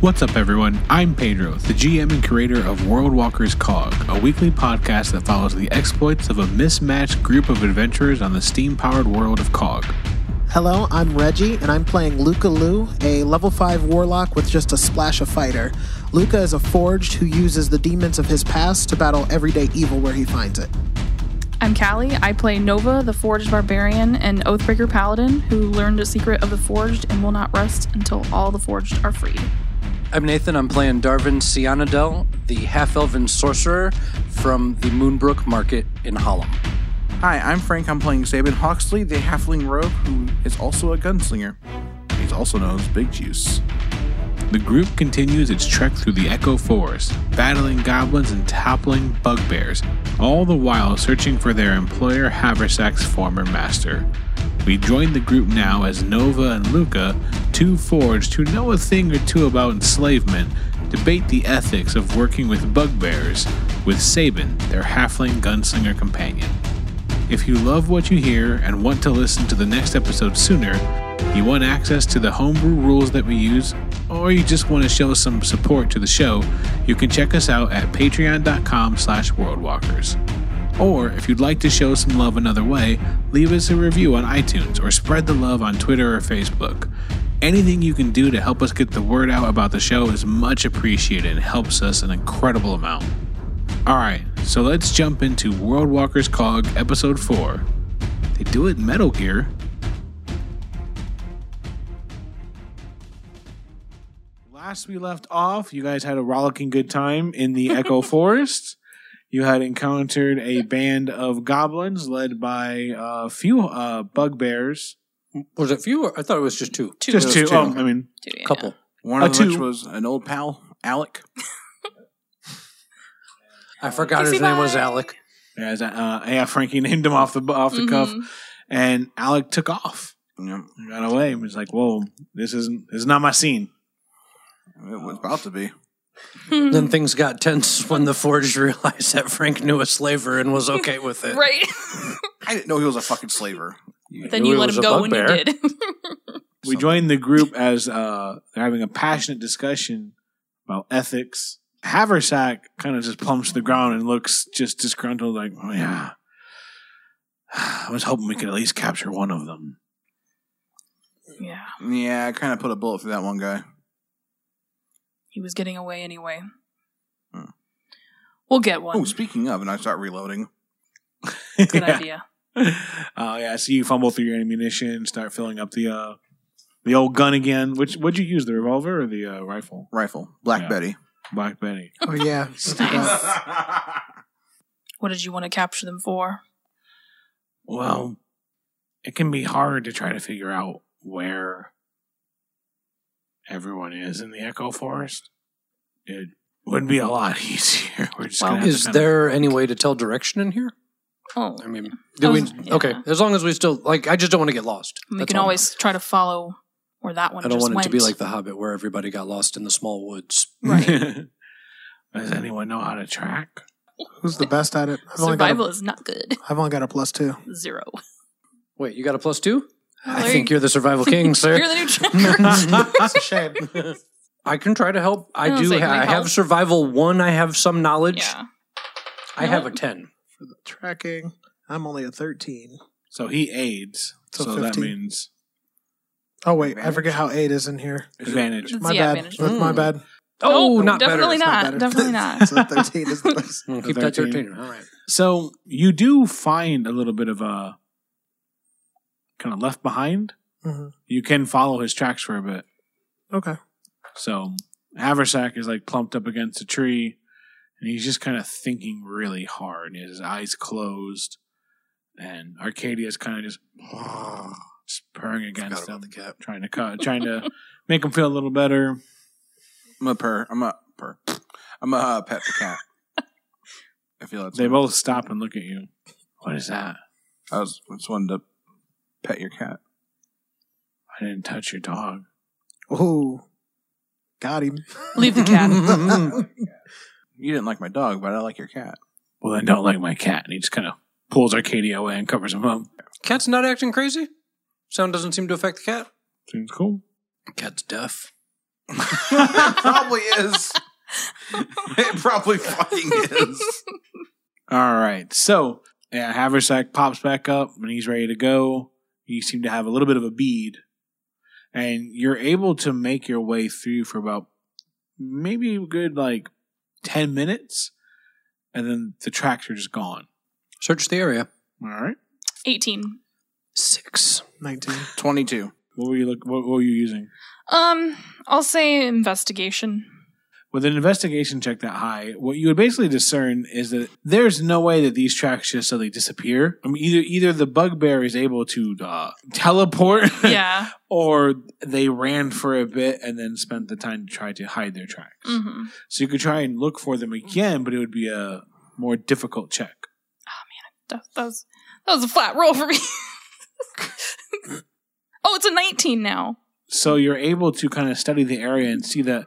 What's up, everyone? I'm Pedro, the GM and creator of World Walkers Cog, a weekly podcast that follows the exploits of a mismatched group of adventurers on the steam powered world of Cog. Hello, I'm Reggie, and I'm playing Luca Lu, a level 5 warlock with just a splash of fighter. Luca is a forged who uses the demons of his past to battle everyday evil where he finds it. I'm Callie. I play Nova, the Forged Barbarian, and Oathbreaker Paladin, who learned a secret of the Forged and will not rest until all the Forged are freed. I'm Nathan. I'm playing Darvin Cianadel, the half elven sorcerer from the Moonbrook Market in Harlem. Hi, I'm Frank. I'm playing Sabin Hawksley, the halfling rogue who is also a gunslinger. He's also known as Big Juice. The group continues its trek through the Echo Forest, battling goblins and toppling bugbears, all the while searching for their employer Haversack's former master. We join the group now as Nova and Luca, two forged who know a thing or two about enslavement, debate the ethics of working with bugbears with Sabin, their halfling gunslinger companion. If you love what you hear and want to listen to the next episode sooner, you want access to the homebrew rules that we use, or you just want to show some support to the show, you can check us out at patreon.com slash worldwalkers. Or if you'd like to show some love another way, leave us a review on iTunes or spread the love on Twitter or Facebook. Anything you can do to help us get the word out about the show is much appreciated and helps us an incredible amount. All right, so let's jump into World Walker's Cog Episode 4. They do it in Metal Gear. Last we left off, you guys had a rollicking good time in the Echo Forest. You had encountered a band of goblins led by a few uh, bugbears. Was it few? Or I thought it was just two. Two. Just two. two. Oh, I mean, Two, yeah. Couple. One A of which two. was an old pal, Alec. I forgot his Kissy name was bye. Alec. as uh, yeah, Frankie named him off the off the cuff, Mhm. and Alec took off, Yep, and got away. and was like, "Whoa, this isn't this is not my scene." it was about to be. Mm-hmm. Then things got tense when the Forge realized that Frank knew a slaver and was okay with it. Right. I didn't know he was a fucking slaver. then you It let was him a go when you bugbear. did. We joined the group as uh, they're having a passionate discussion about ethics. Haversack kind of just plumps to the ground and looks just disgruntled, like, "Oh yeah, I was hoping we could at least capture one of them." yeah. Yeah, I kind of put a bullet through that one guy. He was getting away anyway. Hmm. We'll get one. Oh, speaking of, and I start reloading. Good Yeah. idea. Uh, yeah, I see you fumble through your ammunition, start filling up the uh, the old gun again. Which would you use, the revolver or the uh, rifle? Rifle, Black Yeah. Betty. Black Betty. Oh, yeah. Nice. What did you want to capture them for? Well, it can be hard to try to figure out where everyone is in the Echo Forest. It would be a lot easier. We're just Well, gonna have to Is kinda- there any way to tell direction in here? Oh, I mean, do Oh, we? yeah. Okay, as long as we still like, I just don't want to get lost. we That's can all. always try to follow where that one I don't just want it went. to be like The Hobbit, where everybody got lost in the small woods. Right. Does anyone know how to track? Who's the best at it? I've only, got Survival a, is not good. I've only got a plus two. Zero. Wait, you got a plus two? Well, I Oh, there think you- you're the survival king, sir. You're the new checker. That's a shame. I can try to help. I I, was do. like, ha- can I I help? have survival one. I have some knowledge. yeah. I have a ten. Tracking. I'm only a 13. So he aids. So, So that 15. means Oh, wait. I forget how 8 is in here. advantage. My It's the bad. advantage. That's my Mm. bad. Oh, Nope, not definitely better. not. better. definitely not. so 13 is the best. Mm, keep that 13. thirteen. All right. So you do find a little bit of a kind of left behind. Mhm. You can follow his tracks for a bit. Okay. So Haversack is like plumped up against a tree and he's just kind of thinking really hard. He has his eyes closed and Arcadia's kind of just, just purring against him, about the cat. trying to cut, trying to make him feel a little better. I'm a purr. I'm a purr. I'm a uh, pet the cat. I feel that's They both stop and look at you. What is that? I was I just wanted to pet your cat. I didn't touch your dog. Oh, got him. Leave the cat. You didn't like my dog, but I like your cat. Well, then don't like my cat. And he just kind of pulls Arcadia away and covers him up. Cat's not acting crazy. Sound doesn't seem to affect the cat. Seems cool. Cat's deaf. probably is. It probably fucking is. All right. So, yeah, Haversack pops back up and he's ready to go. You seem to have a little bit of a bead. And you're able to make your way through for about maybe a good like 10 minutes. And then the tracks are just gone. Search the area. All right. 18. Six. 19. 22. What were you look? What, what were you using? Um, I'll say investigation. With an investigation check that high, what you would basically discern is that there's no way that these tracks just suddenly disappear. I mean, either either the bugbear is able to uh, teleport, Yeah. or they ran for a bit and then spent the time to try to hide their tracks. hmm So you could try and look for them again, but it would be a more difficult check. That, that was that was a flat roll for me. oh, it's a 19 now. So you're able to kind of study the area and see that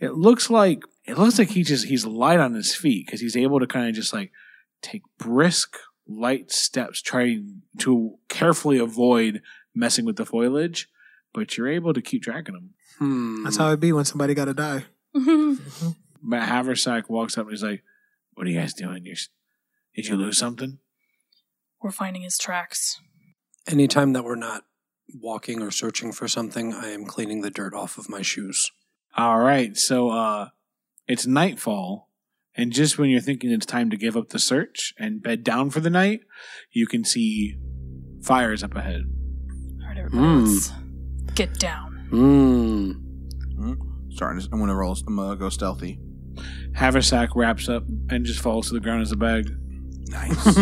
it looks like it looks like he just he's light on his feet because he's able to kind of just like take brisk, light steps, trying to carefully avoid messing with the foliage. But you're able to keep tracking him. Hmm. That's how it'd be when somebody got to die. Matt Haversack walks up and he's like, "What are you guys doing? You're, did you lose something?" We're finding his tracks. Anytime that we're not walking or searching for something, I am cleaning the dirt off of my shoes. All right. So uh it's nightfall, and just when you're thinking it's time to give up the search and bed down for the night, you can see fires up ahead. All right, everybody, Mm. let's get down. Hmm. Starting. to- I'm gonna roll. I'm gonna go stealthy. Haversack wraps up and just falls to the ground as a bag. Nice.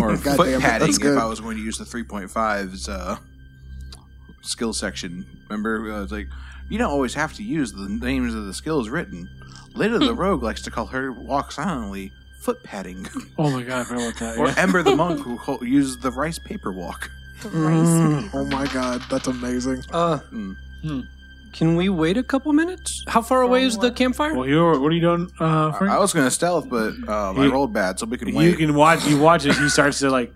or God foot damn it, padding that's good. if I was going to use the 3.5's uh, skill section. Remember, uh, it's like you don't always have to use the names of the skills written. Leda the Rogue likes to call her walk silently foot padding, Oh my god, I forgot about that. or Ember the Monk who call, uses the rice paper walk. The rice. Oh my god, that's amazing. Uh, Mm. can we wait a couple minutes? How far away is the what? campfire? Well, you're what are you doing, uh, I Frank? was going to stealth, but um, I You- rolled bad, so we can wait. you can watch. You watch it. He starts to like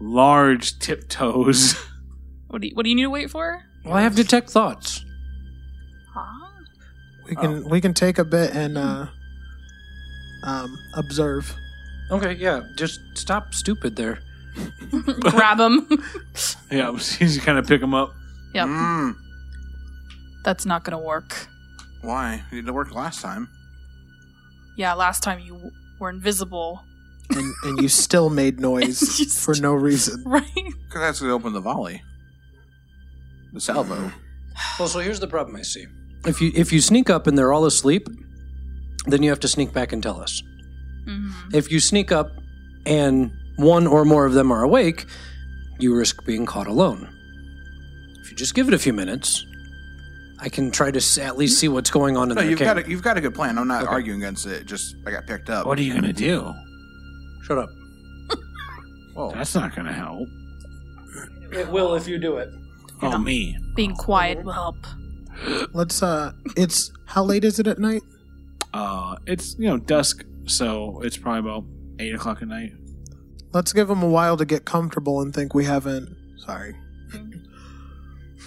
large tiptoes. What do you, what do you need to wait for? well, I have detect thoughts. Huh? We can we can take a bit and uh um observe. Okay, yeah. Just stop stupid there. Grab him. yeah, he's kind of pick him up. yep, Hmm. Mm, that's not gonna work. why? It didn't work last time. Yeah, last time you w- were invisible, And and you still made noise Just- for no reason. right? Because that's going to open the volley. The Mm. salvo. Well, so here's the problem I see. If you if you sneak up and they're all asleep, then you have to sneak back and tell us. Mhm. If you sneak up and one or more of them are awake, you risk being caught alone. If you just give it a few minutes, I can try to s- at least see what's going on in No, their you've camp. got a, you've got a good plan. I'm not arguing against it. Just I got picked up. What are you gonna do? Shut up. Whoa. That's not gonna help. It will if you do it. Oh me. Being quiet will help. Let's uh it's how late is it at night? Uh, it's you know dusk, so it's probably about eight o'clock at night. Let's give them a while to get comfortable and think we haven't sorry.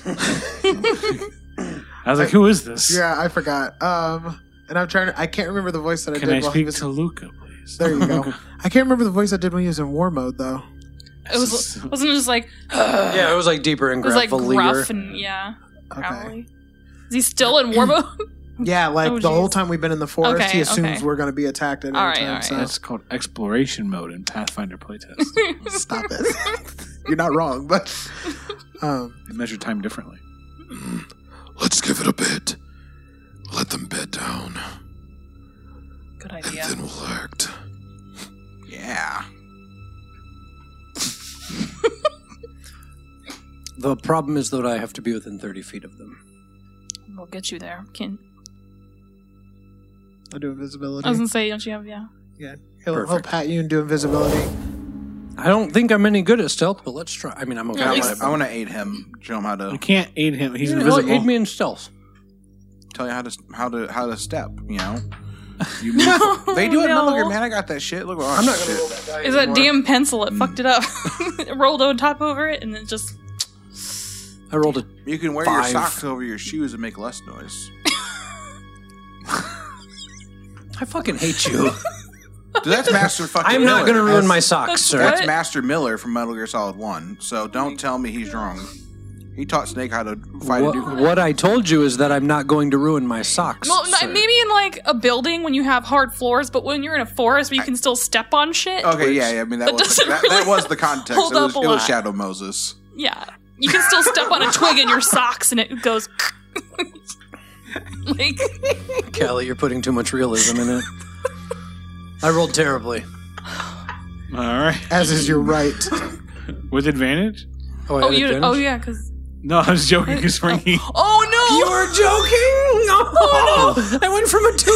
I was like, "Who is this?" Yeah, I forgot. Um and I'm trying to I can't remember the voice that I Can did I while he speak was to Luca, please? There you go. I can't remember the voice I did when he was in war mode though. It was wasn't it just like Yeah, it was like deeper and it was like gruff gravelier. and yeah, Okay. probably. Is he still in war mode? Yeah, like Oh, the whole jeez. time we've been in the forest, Okay, he assumes okay. we're going to be attacked at any All right, time. all right. So That's called exploration mode in Pathfinder playtest. stop it. You're not wrong, but um, they measure time differently. Let's give it a bit. Let them bed down, Good and idea. then we'll act. Yeah. The problem is that I have to be within 30 feet of them. We'll get you there. Can I do invisibility. I was gonna say, don't you have yeah? yeah, he'll, he'll Perfect. pat you and do invisibility. I don't think I'm any good at stealth, but let's try. I mean, I'm okay. At I least- want, to, I want to aid him. Show him how You to can't aid him; he's Yeah, invisible. Aid me in stealth. tell you how to how to how to step. You know. You move for- they do it. No. Oh, no. look at man. I got that shit. Look, I'm not shit. going to roll that die. Mm. Is that damn pencil? It fucked it up. it rolled on top over it and then just. I I rolled a. You can wear Five. your socks over your shoes and make less noise. I fucking hate you. Dude, that's Master fucking. I'm not Miller. gonna ruin That's- my socks, sir. That's What? Master Miller from Metal Gear Solid One. So don't tell me he's wrong. He taught Snake how to fight a What, nuclear. what I told you is that I'm not going to ruin my socks. Well, no, sir. maybe in like a building when you have hard floors, but when you're in a forest where you can still step on shit. Okay, yeah, yeah, I mean that, That was doesn't that, that really was the context. hold It was, up a it was lot. Shadow Moses. Yeah. You can still step on a twig in your socks and it goes. like, oh, Kelly, you're putting too much realism in it. I rolled terribly. All right. As is your right. With advantage? I oh, had you, advantage? oh yeah, because. No, I was joking. It's ringing. Oh no! You were joking? Oh, no. I went from a 2 to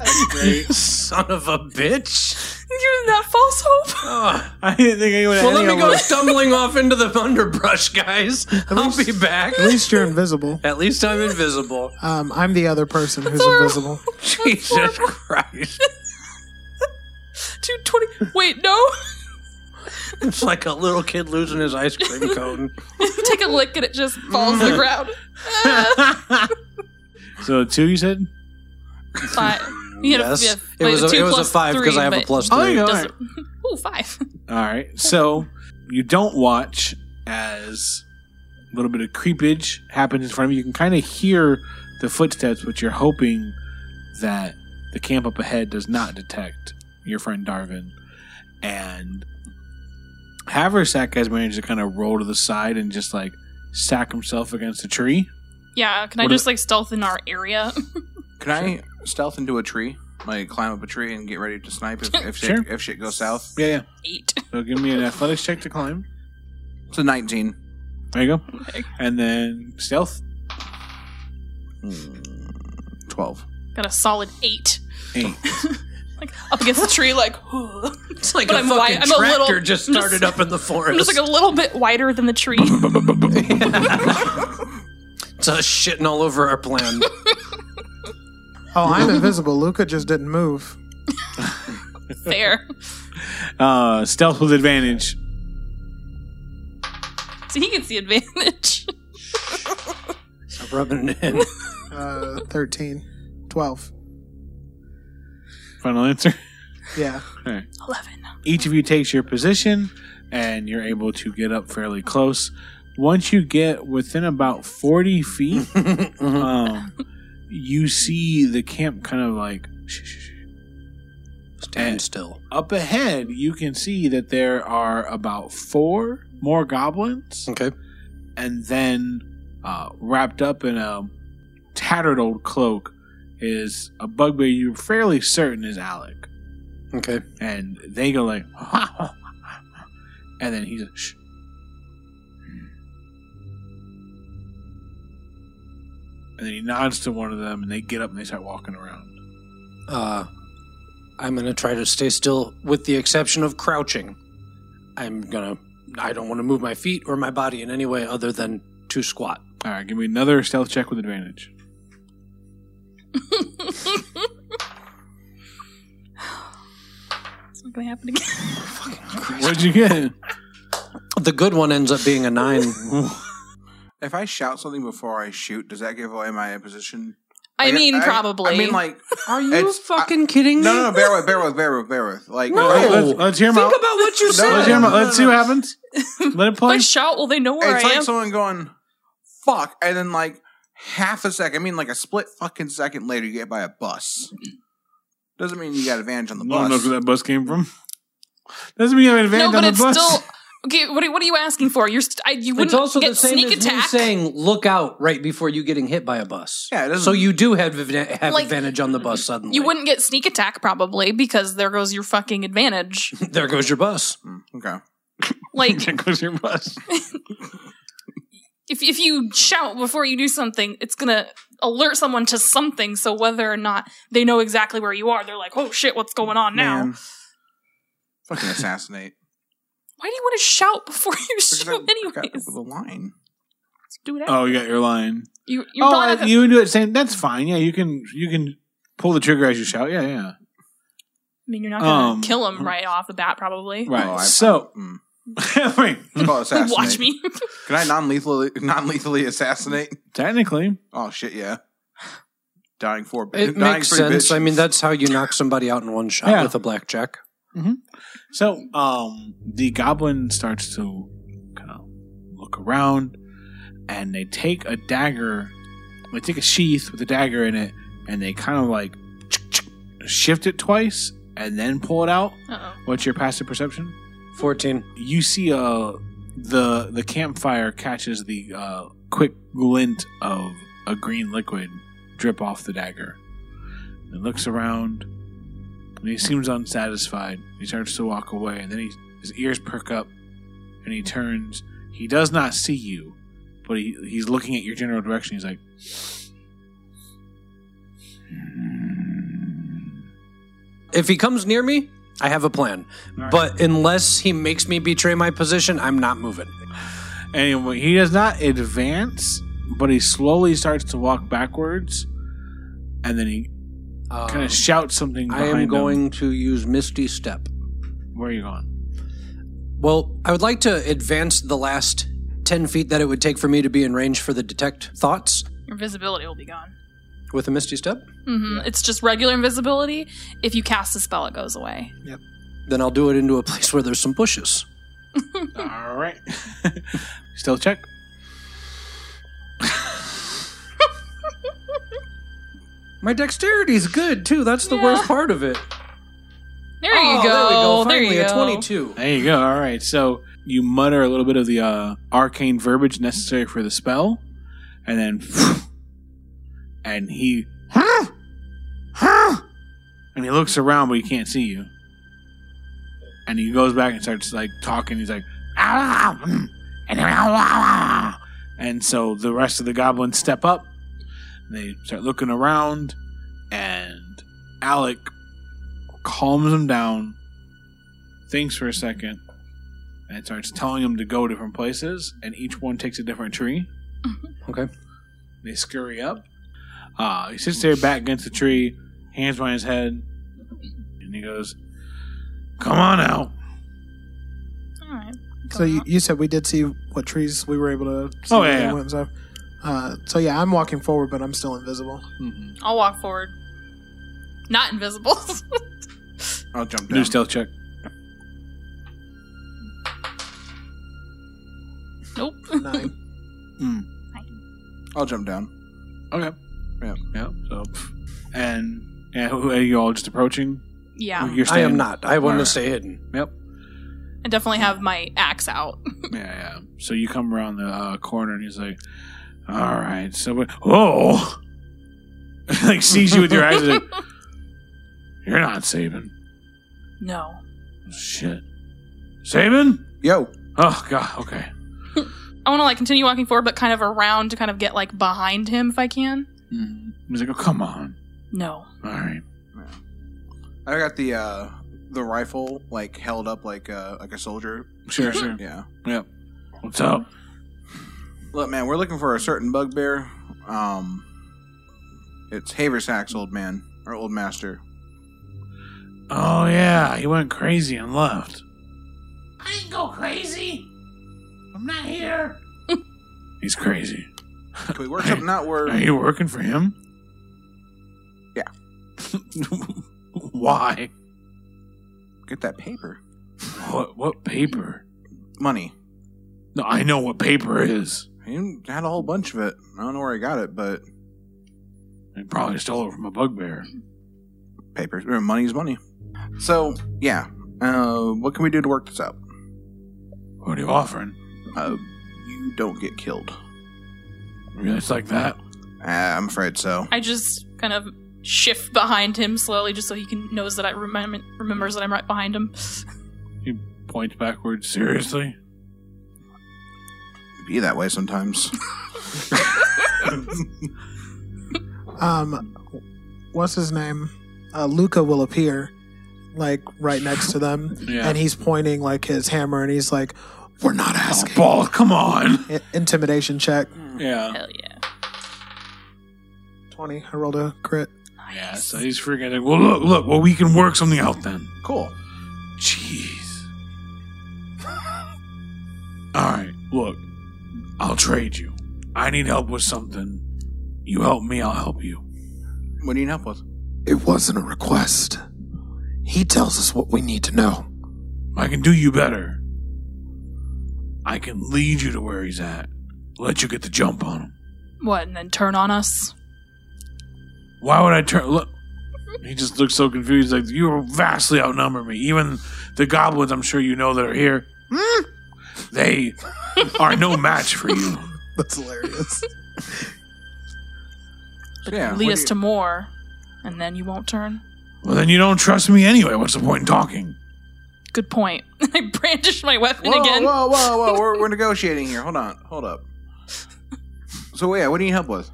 a 20. You Son of a bitch. You're in that false hope. Ugh. I didn't think I would Well, let me go stumbling off into the underbrush, guys. I'll be back. At least you're invisible. At least I'm invisible. Um, I'm the other person who's horrible. invisible. Jesus Christ. Two twenty. Wait, no. It's like a little kid losing his ice cream cone. Take a lick and it just falls to the ground. So two, you said? Five. You had a- yes. yeah, it but was a, two it was a plus 5 because three, I have a but plus 3. Oh, yeah. doesn't- Ooh, five. All right. So you don't watch as a little bit of creepage happens in front of you. You can kind of hear the footsteps, but you're hoping that the camp up ahead does not detect your friend Darvin. And Haversack has managed to kind of roll to the side and just like sack himself against a tree. Yeah. Can I What just are- like stealth in our area? Can I stealth into a tree, like climb up a tree and get ready to snipe if, if, Sure. shit, if shit goes south? Yeah, yeah. Eight. So give me an athletics check to climb. It's a nineteen. There you go. Okay. And then stealth. Twelve. Got a solid eight. Eight. Like up against the tree, like. It's like But a I'm fucking white. I'm a tractor little- just I'm just- started up in the I'm forest. just like a little bit wider than the tree. All it's us shitting all over our plan. Oh, I'm invisible. Luca just didn't move. Fair. Uh, stealth with advantage. So he gets the advantage. Stop rubbing it in. Uh, 13. 12. Final answer. Yeah. Eleven. each of you takes your position and you're able to get up fairly close once you get within about 40 feet um, you see the camp kind of like shh, shh, shh. Stand still. up ahead you can see that there are about four more goblins Okay. and then uh, wrapped up in a tattered old cloak is a bugbear you're fairly certain is alec Okay. and they go like, and then he's like, shh. And then he nods to one of them, and they get up and they start walking around. Uh, I'm going to try to stay still with the exception of crouching. I'm going to, I don't want to move my feet or my body in any way other than to squat. All right, give me another stealth check with advantage. It's not gonna happen again. What'd you get? The good one ends up being a nine. If I shout something before I shoot, does that give away my position? I Like, mean, probably. I mean, like, Are you It's- fucking kidding me? no, no, no. Bear with, bear with, bear with, bear with. Like, No. like, Let's, let's hear him out. Think about what you said. Let's hear him out. Let's see what happens. Let it if play. I shout, will they know where it's I like am? someone going, "Fuck," and then like half a second. I mean, like a split fucking second later, you get by a bus. Doesn't mean you got advantage on the I don't know bus. where that bus came from. Doesn't mean you have an no, advantage but on it's the bus. still. Okay, what are, what are you asking for? You're st- I, you wouldn't It's also get the same sneak as me attack. saying "look out" right before you getting hit by a bus. Yeah, it doesn't- so you do have adva- have Like, advantage on the bus suddenly. You wouldn't get sneak attack probably because there goes your fucking advantage. There goes your bus. okay. Like there goes your bus. if if you shout before you do something, it's gonna alert someone to something. So whether or not they know exactly where you are, they're like, "Oh shit, what's going on now?" Man. Fucking assassinate. Why do you want to shout before you Because shoot? I got Anyways, the line. do that. Oh, you got your line. you you're Oh, probably not uh, gonna- you can do it. Same. That's fine. Yeah, you can. You can pull the trigger as you shout. Yeah, yeah. I mean, you're not gonna um, kill him right off the bat, probably. Right. Oh, I- so Mm. Wait, It's called assassinate. Watch me. Can I non-lethally non-lethally assassinate? technically, Oh shit, yeah. Dying four. bi- It dying makes three, sense. bitch. I mean, that's how you knock somebody out in one shot Yeah. with a blackjack. So, um, the goblin starts to kind of look around, and they take a dagger. They take a sheath with a dagger in it, and they kind of like shift it twice, and then pull it out. Uh-oh. What's your passive perception? 14. You see, uh, the the campfire catches the uh, quick glint of a green liquid drip off the dagger. And looks around, and he seems unsatisfied. He starts to walk away, and then he, his ears perk up, and he turns. He does not see you, but he, he's looking at your general direction. He's like, If he comes near me, I have a plan. But unless he makes me betray my position, I'm not moving. Anyway, he does not advance, but he slowly starts to walk backwards, and then he Um, kind of shouts something. I am behind him. going to use Misty Step. Where are you going? Well, I would like to advance the last 10 feet that it would take for me to be in range for the detect thoughts Your visibility will be gone. with a Misty Step. hmm It's just regular invisibility. If you cast a spell, it goes away. Then I'll do it into a place where there's some bushes. All right. Still check. My dexterity's good too. That's the Yeah. worst part of it. There you Oh, go. There There we you go. Finally, go. a 22. There you go. All right. So you mutter a little bit of the uh, arcane verbiage necessary for the spell, and then, and he, and he looks around, but he can't see you. And he goes back and starts like talking. He's like, and so the rest of the goblins step up. They start looking around, and Alec calms them down thinks for a second and starts telling them to go different places, and each one takes a different tree. Okay. They scurry up. Uh, he sits there back against the tree, hands behind his head, and he goes, Come on out. All right. So you, you said we did see what trees we were able to. See Oh, where yeah, they yeah. went and stuff. Uh, so yeah, I'm walking forward, but I'm still invisible. Mm-hmm. I'll walk forward. Not invisible. I'll jump New down. stealth check. nope. Nine. I'll jump down. Okay. Yeah. Yeah. So, and, and who are you all just approaching? Yeah. You're I am staying- not. I want Alright. to stay hidden. Yep. I definitely have my axe out. Yeah, yeah. So you come around the uh, corner, and he's like, "All right, so we- whoa!" like sees you with your eyes, he's like, "You're not Saban." No. Shit, Saban? Yo, Oh god. Okay. I want to like continue walking forward, but kind of around to kind of get like behind him if I can. He's like, "Oh come on." No. All right. I got the uh the rifle like held up like uh like a soldier. Sure, sure. Yeah. Yep. What's up? Look, man, we're looking for a certain bugbear. Um, it's Haversack's old man or old master. Oh yeah, he went crazy and left. I didn't go crazy. I'm not here. He's crazy. Can we work something out Are where? you working for him? Yeah. Why? Get that paper. What? What paper? Money. No, I know what paper is. He had a whole bunch of it. I don't know where he got it, but They probably stole it from a bugbear. paper or money's uh, money. So yeah, uh, what can we do to work this out? What are you offering? Uh, you don't get killed. Really, it's like that. Uh, I'm afraid so. I just kind of shift behind him slowly, just so he can knows that I remember remembers that I'm right behind him. He points backwards. Seriously? Be that way sometimes. Um, what's his name? Uh, Luca will appear, like right next to them, Yeah. and he's pointing like his hammer, and he's like, We're not Oh, asking. ball, come on. "I- "Intimidation check." Oh. Yeah. Hell yeah. Twenty. I rolled a crit. Yeah. So he's freaking like, well, look, look. Well, we can work something out then. cool. Jeez. Look, I'll trade you. I need help with something. You help me, I'll help you. What do you need help with? It wasn't a request. He tells us what we need to know. I can do you better. I can lead you to where he's at. Let you get the jump on him. What, and then turn on us? Why would I turn? Look, he just looks so confused. Like you vastly outnumber me. Even the goblins, I'm sure you know that are here. They are no match for you. That's hilarious. But Yeah, lead what us do you- to more, and then you won't turn? Well, then you don't trust me anyway. What's the point in talking? Good point. I brandish my weapon Whoa, again. whoa, whoa, whoa! We're, we're negotiating here. Hold on, hold up. So yeah, what do you need help with?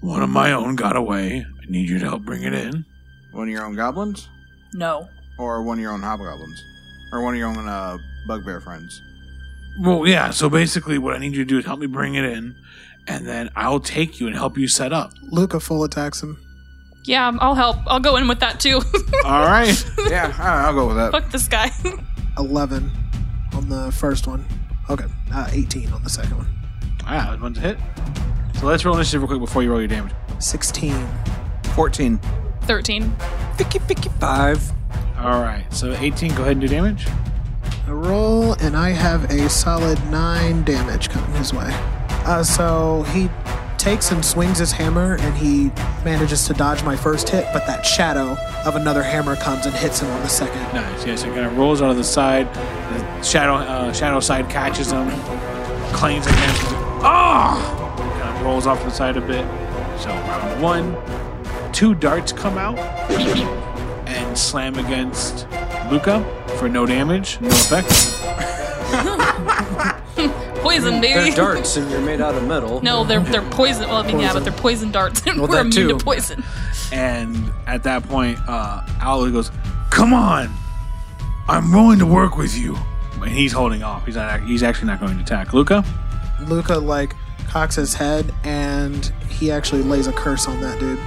One of my own got away. I need you to help bring it in. One of your own goblins, No. or one of your own hobgoblins, or one of your own uh, bugbear friends? Well, yeah. So basically, what I need you to do is help me bring it in, and then I'll take you and help you set up. Luca full attacks him. Yeah, I'll help. I'll go in with that too. All right. yeah, all right, I'll go with that. Fuck this guy. 11 on the first one. Okay, uh, 18 on the second one. Ah, that one's a hit. So let's roll initiative real quick before you roll your damage. 16. Fourteen. 13. Ficky ficky five. All right. So 18, go ahead and do damage. I roll, and I have a solid 9 damage coming his way. Uh, so he takes and swings his hammer, and he manages to dodge my first hit, but that shadow of another hammer comes and hits him on the second. Nice. Yes, it kind of rolls out of the side. The shadow uh, shadow side catches him, clings against him. Ah! Kind of rolls off to the side a bit. So round one, two darts come out and slam against Luca for no damage, no effect. Poison, baby. They're darts and you're made out of metal. No, they're they're poison. Well, I mean, yeah, but they're poison darts, and Well, we're that immune too. to poison. And at that point, uh, Owly goes, "Come on, I'm willing to work with you." And he's holding off. He's not. He's actually not going to attack Luca. Luca, like, cocks his head, and he actually lays a curse on that dude.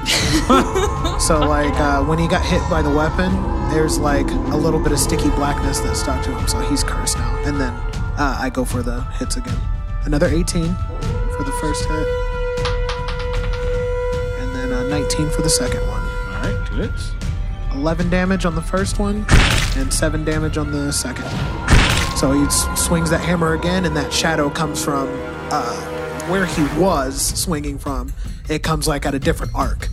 so, like, uh, when he got hit by the weapon, there's, like, a little bit of sticky blackness that stuck to him, so he's cursed now. And then uh, I go for the hits again. Another 18 for the first hit, and then uh, 19 for the second one. All right, two hits. 11 damage on the first one and 7 damage on the second. So he s- swings that hammer again, and that shadow comes from uh, where he was swinging from. It comes like at a different arc.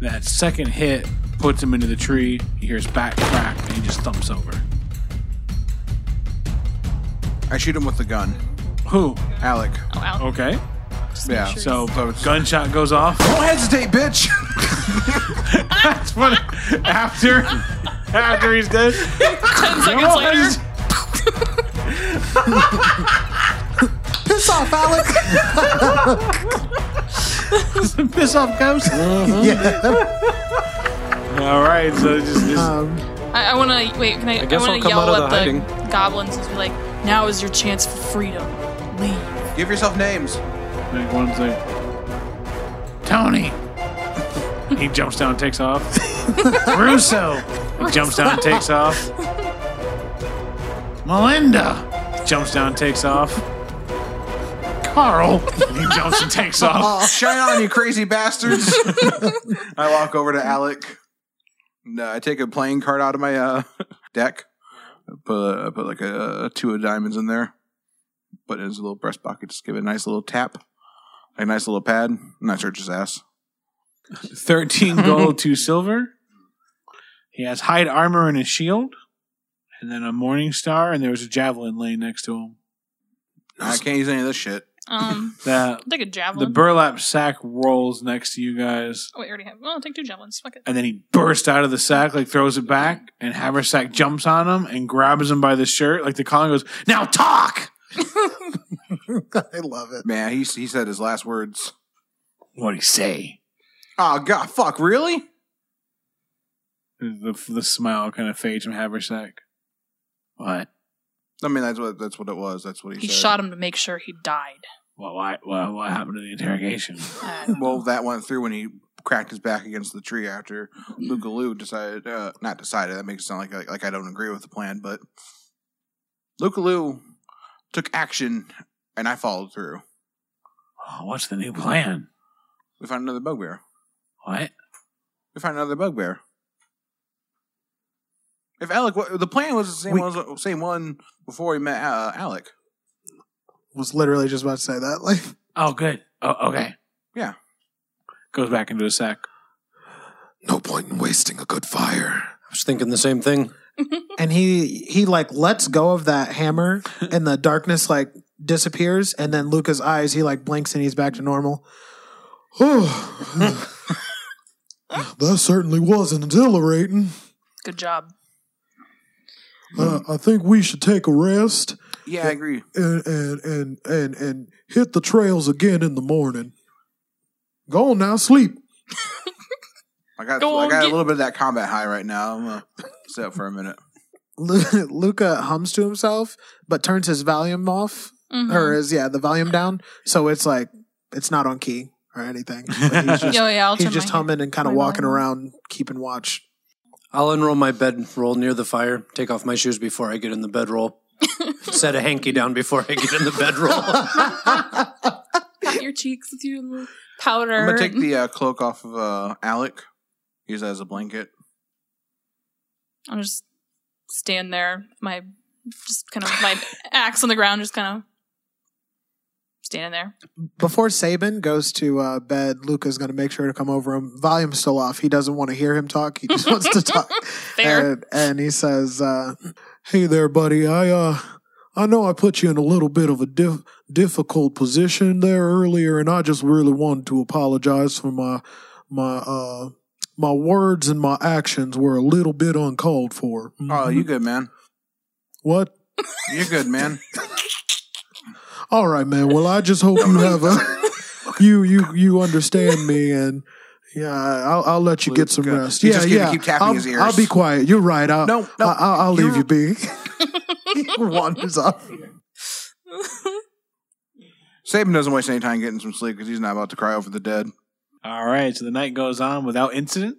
That second hit puts him into the tree. He hears back crack and he just thumps over. I shoot him with the gun. Who? Alec. Oh, ow. Okay. yeah. sure. So gunshot goes off. Don't hesitate, bitch. That's what after after he's dead. Ten seconds Realize- later, Piss off, Alec! Piss off, ghost. All right, so just, just Um, I, I want to wait. Can I? I, guess I'll want to come yell out of at the the, goblins and be like, "Now is your chance for freedom. Leave." Give yourself names. like one's like Tony. He jumps down, and takes off. Russo He jumps down, and takes off. Melinda jumps down, and takes off. Carl, he jumps and takes off. Shine on, you crazy bastards. I walk over to Alec. No, I take a playing card out of my uh, deck. I put, I put like a, two of diamonds in there. Put it in his little breast pocket. Just give it a nice little tap. A nice little pad. And I search his ass. Thirteen gold, two silver. He has hide armor and a shield, and then a morning star, and there was a javelin laying next to him. I can't use any of this shit. Um, That take a the javelin. burlap sack rolls next to you guys. oh, wait, I already have. Well, I'll take two javelins. Fuck it. and then he bursts out of the sack, like throws it back, and Haversack jumps on him and grabs him by the shirt, like the collar goes, "Now talk." I love it. Man, he, he said his last words. What would he say? Oh, God, fuck, really? The, the smile kind of fades from Haversack. What? I mean, that's what that's what it was. That's what he, He said. shot him to make sure he died. What? Why? What, what happened to the interrogation? Uh, Well, that went through when he cracked his back against the tree after Luca Lou decided, uh, not decided, that makes it sound like, like, I don't agree with the plan, but Luca Lou took action, and I followed through. Oh, what's the new plan? We found another bugbear. What? We found another bugbear. If Alec, wa- the plan was the same, We- one, same one before we met uh, Alec. Was literally just about to say that. Like, Oh, good. Oh, okay. Yeah. Goes back into a sack. No point in wasting a good fire. I was thinking the same thing. and he he like lets go of that hammer, and the darkness like disappears, and then Luca's eyes he like blinks and he's back to normal. that certainly was exhilarating. Good job. Uh, I think we should take a rest Yeah, I agree. and and and and, and hit the trails again in the morning. Go on now, sleep. I got, Go I get- got a little bit of that combat high right now. I'm gonna sit up for a minute. Lu- Luca hums to himself, but turns his volume off, Mhm. or is yeah the volume down, so it's like it's not on key or anything. But he's just, Yeah, yeah, I'll he's turn just my humming and kind of my walking volume. around, keeping watch. I'll unroll my bedroll near the fire, take off my shoes before I get in the bedroll, set a hanky down before I get in the bedroll. Pat your cheeks with your little powder. I'm gonna take the uh, cloak off of uh, Alec. Use that as a blanket. I'll just stand there, my just kind of my axe on the ground, just kind of standing there. Before Saban goes to uh, bed, Luca's going to make sure to come over him. Volume's still off. He doesn't want to hear him talk. He just wants to talk. Fair. And, and he says, uh, Hey there, buddy. I uh, I know I put you in a little bit of a dif- difficult position there earlier, and I just really wanted to apologize for my my uh my words and my actions were a little bit uncalled for. Hmm. Oh, you good, man? What? You're good, man. All right, man. Well, I just hope you have a you you you understand me, and yeah, I'll I'll let you get some Luca. rest. You yeah, just keep- yeah. keep tapping I'll, his ears. I'll be quiet. You're right. I'll, No, no. I- I'll, I'll leave You're- you be. he wanders off. Saban doesn't waste any time getting some sleep because he's not about to cry over the dead. All right, so the night goes on without incident.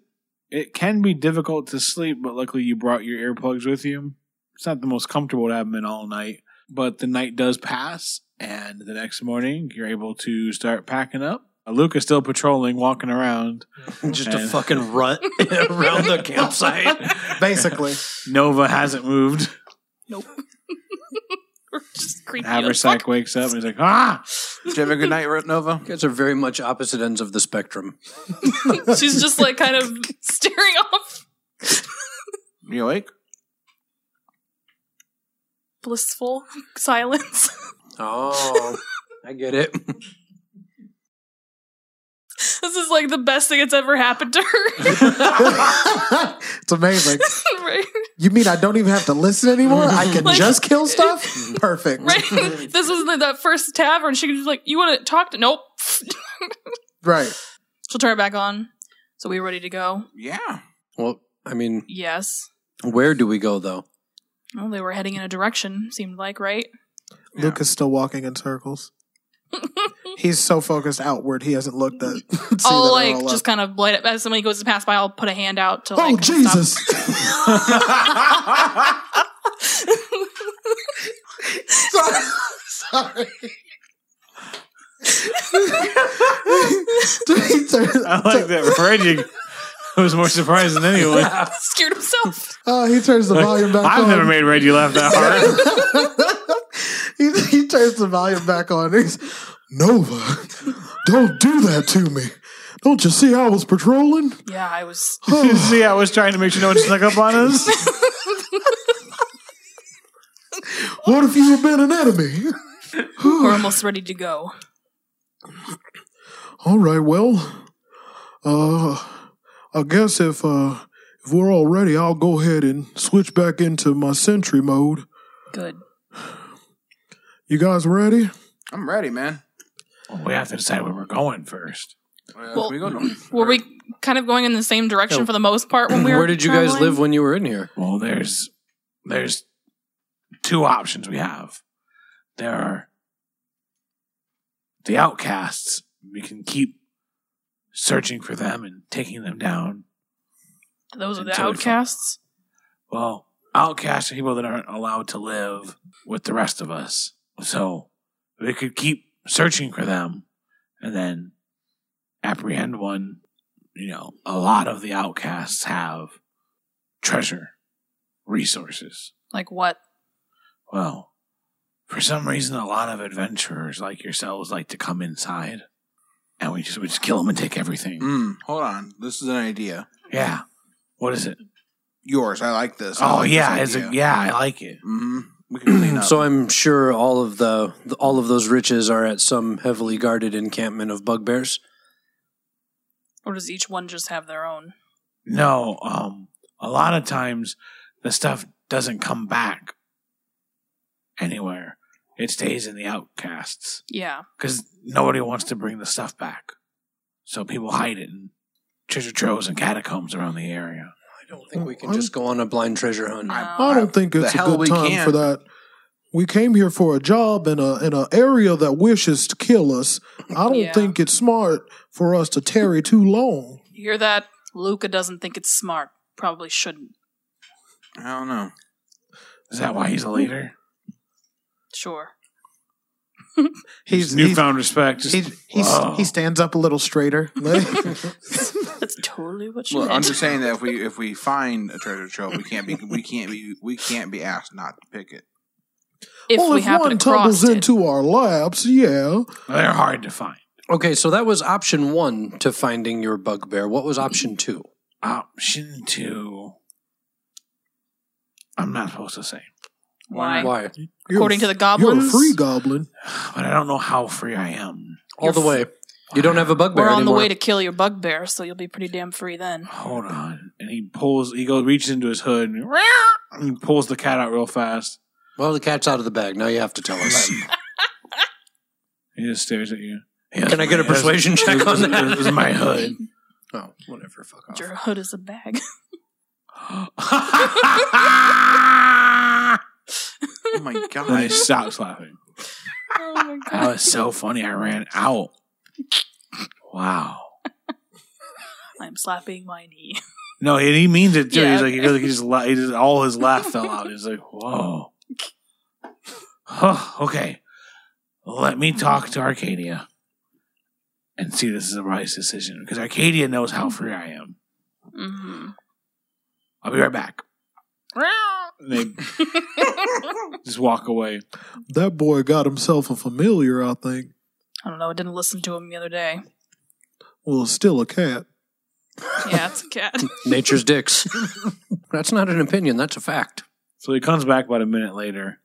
It can be difficult to sleep, but luckily you brought your earplugs with you. It's not the most comfortable to have them in all night, but the night does pass, and the next morning you're able to start packing up. Uh, Luca's still patrolling, walking around. Just a fucking rut around the campsite. Basically, Nova hasn't moved. We're Uh, just creepy. Haversack wakes up and he's like, ah! Did you have a good night, Ro- Nova? You guys are very much opposite ends of the spectrum. She's just like kind of staring off, You awake? blissful silence. Oh, I get it. this is like the best thing that's ever happened to her. it's amazing. right, You mean I don't even have to listen anymore? I can Like- just kill stuff? Perfect. Right. right. This was the, that first tavern. She was just like, "You want to talk to?" Nope. She'll turn it back on. So we ready to go? Yeah. Well, I mean, Yes. where do we go though? Well, they were heading in a direction. Seemed like right. Yeah. Luca's still walking in circles. He's so focused outward, he hasn't looked at. see that I'll they're like all just up. kind of light up as somebody goes to pass by. I'll put a hand out to. Oh Like, kinda stop. Jesus! Sorry. He turns- I like that raging. I was more surprised than anyone. Scared himself. uh, he turns the volume back on. I've never made Reggie laugh that hard. he, he turns the volume back on. He's, Nova, don't do that to me. Don't you see I was patrolling? Yeah, I was. You See, I was trying to make sure no one snuck up on us. What if you had been an enemy? We're almost ready to go. All right, well, uh, I guess if uh, if we're all ready, I'll go ahead and switch back into my sentry mode. Good. You guys ready? I'm ready, man. Well, we have to decide where we're going first. Uh, Well, can we go north? Were we kind of going in the same direction for the most part when we were? Where did you guys traveling? live when you were in here? Well, there's there's two options we have. There are the outcasts. We can keep searching for them and taking them down. Those are the Until we find- outcasts. Well, outcasts are people that aren't allowed to live with the rest of us. So we could keep searching for them and then apprehend one. You know, a lot of the outcasts have treasure, resources. Like what? Well, for some reason, a lot of adventurers like yourselves like to come inside, and we just we just kill them and take everything. Mm, hold on. This is an idea. Yeah. What is it? Yours. I like this. oh yeah, it's a, yeah, I like it. hmm We can clean up. So I'm sure all of the all of those riches are at some heavily guarded encampment of bugbears. Or does each one just have their own? No, um, a lot of times the stuff doesn't come back anywhere. It stays in the outcasts Yeah. because nobody wants to bring the stuff back, so people hide it in treasure troves and catacombs around the area. I don't think we can just go on a blind treasure Uh, hunt. I don't think it's The a hell we good time can. for that. We came here for a job in a in an area that wishes to kill us. I don't Yeah. think it's smart for us to tarry too long. You hear that? Luca doesn't think it's smart. Probably shouldn't. I don't know. Is that why he's a leader? Sure. He's he's, Newfound respect. just- he's, he's Wow. he stands up a little straighter. That's totally what you Well, I'm meant. just saying that if we if we find a treasure trove, we can't be we can't be we can't be asked not to pick it. if well, we if happen one to cross tumbles it. into our laps, yeah. They're hard to find. Okay, so that was option one to finding your bugbear. What was option two? Option two. I'm not supposed to say, why? Why? You're According f- to the goblins, you're a free goblin. but I don't know how free I am. All the way. You don't have a bugbear we're on anymore. the way to kill your bugbear, so you'll be pretty damn free then. Hold on. And he pulls, he goes, reaches into his hood and, and he pulls the cat out real fast. well, the cat's out of the bag. Now you have to tell us. He just stares at you. Can I get a persuasion check on that? This is my hood. Oh, whatever. Fuck off. Your hood is a bag. Oh Then my he god! stops laughing. oh my That god! was so funny. I ran out. Wow. I'm slapping my knee. No, and he means it too. Yeah, He's like, he okay. goes, he just, la- he just, all his laugh fell out. He's like, whoa. Oh. Huh, okay. Let me talk to Arcadia and see if this is a wise decision because Arcadia knows how free I am. hmm I'll be right back. And they just walk away. That boy got himself a familiar, I think. I don't know. I didn't listen to him the other day. Well, it's still a cat. Yeah, it's a cat. Nature's dicks. that's not an opinion. That's a fact. So he comes back about a minute later.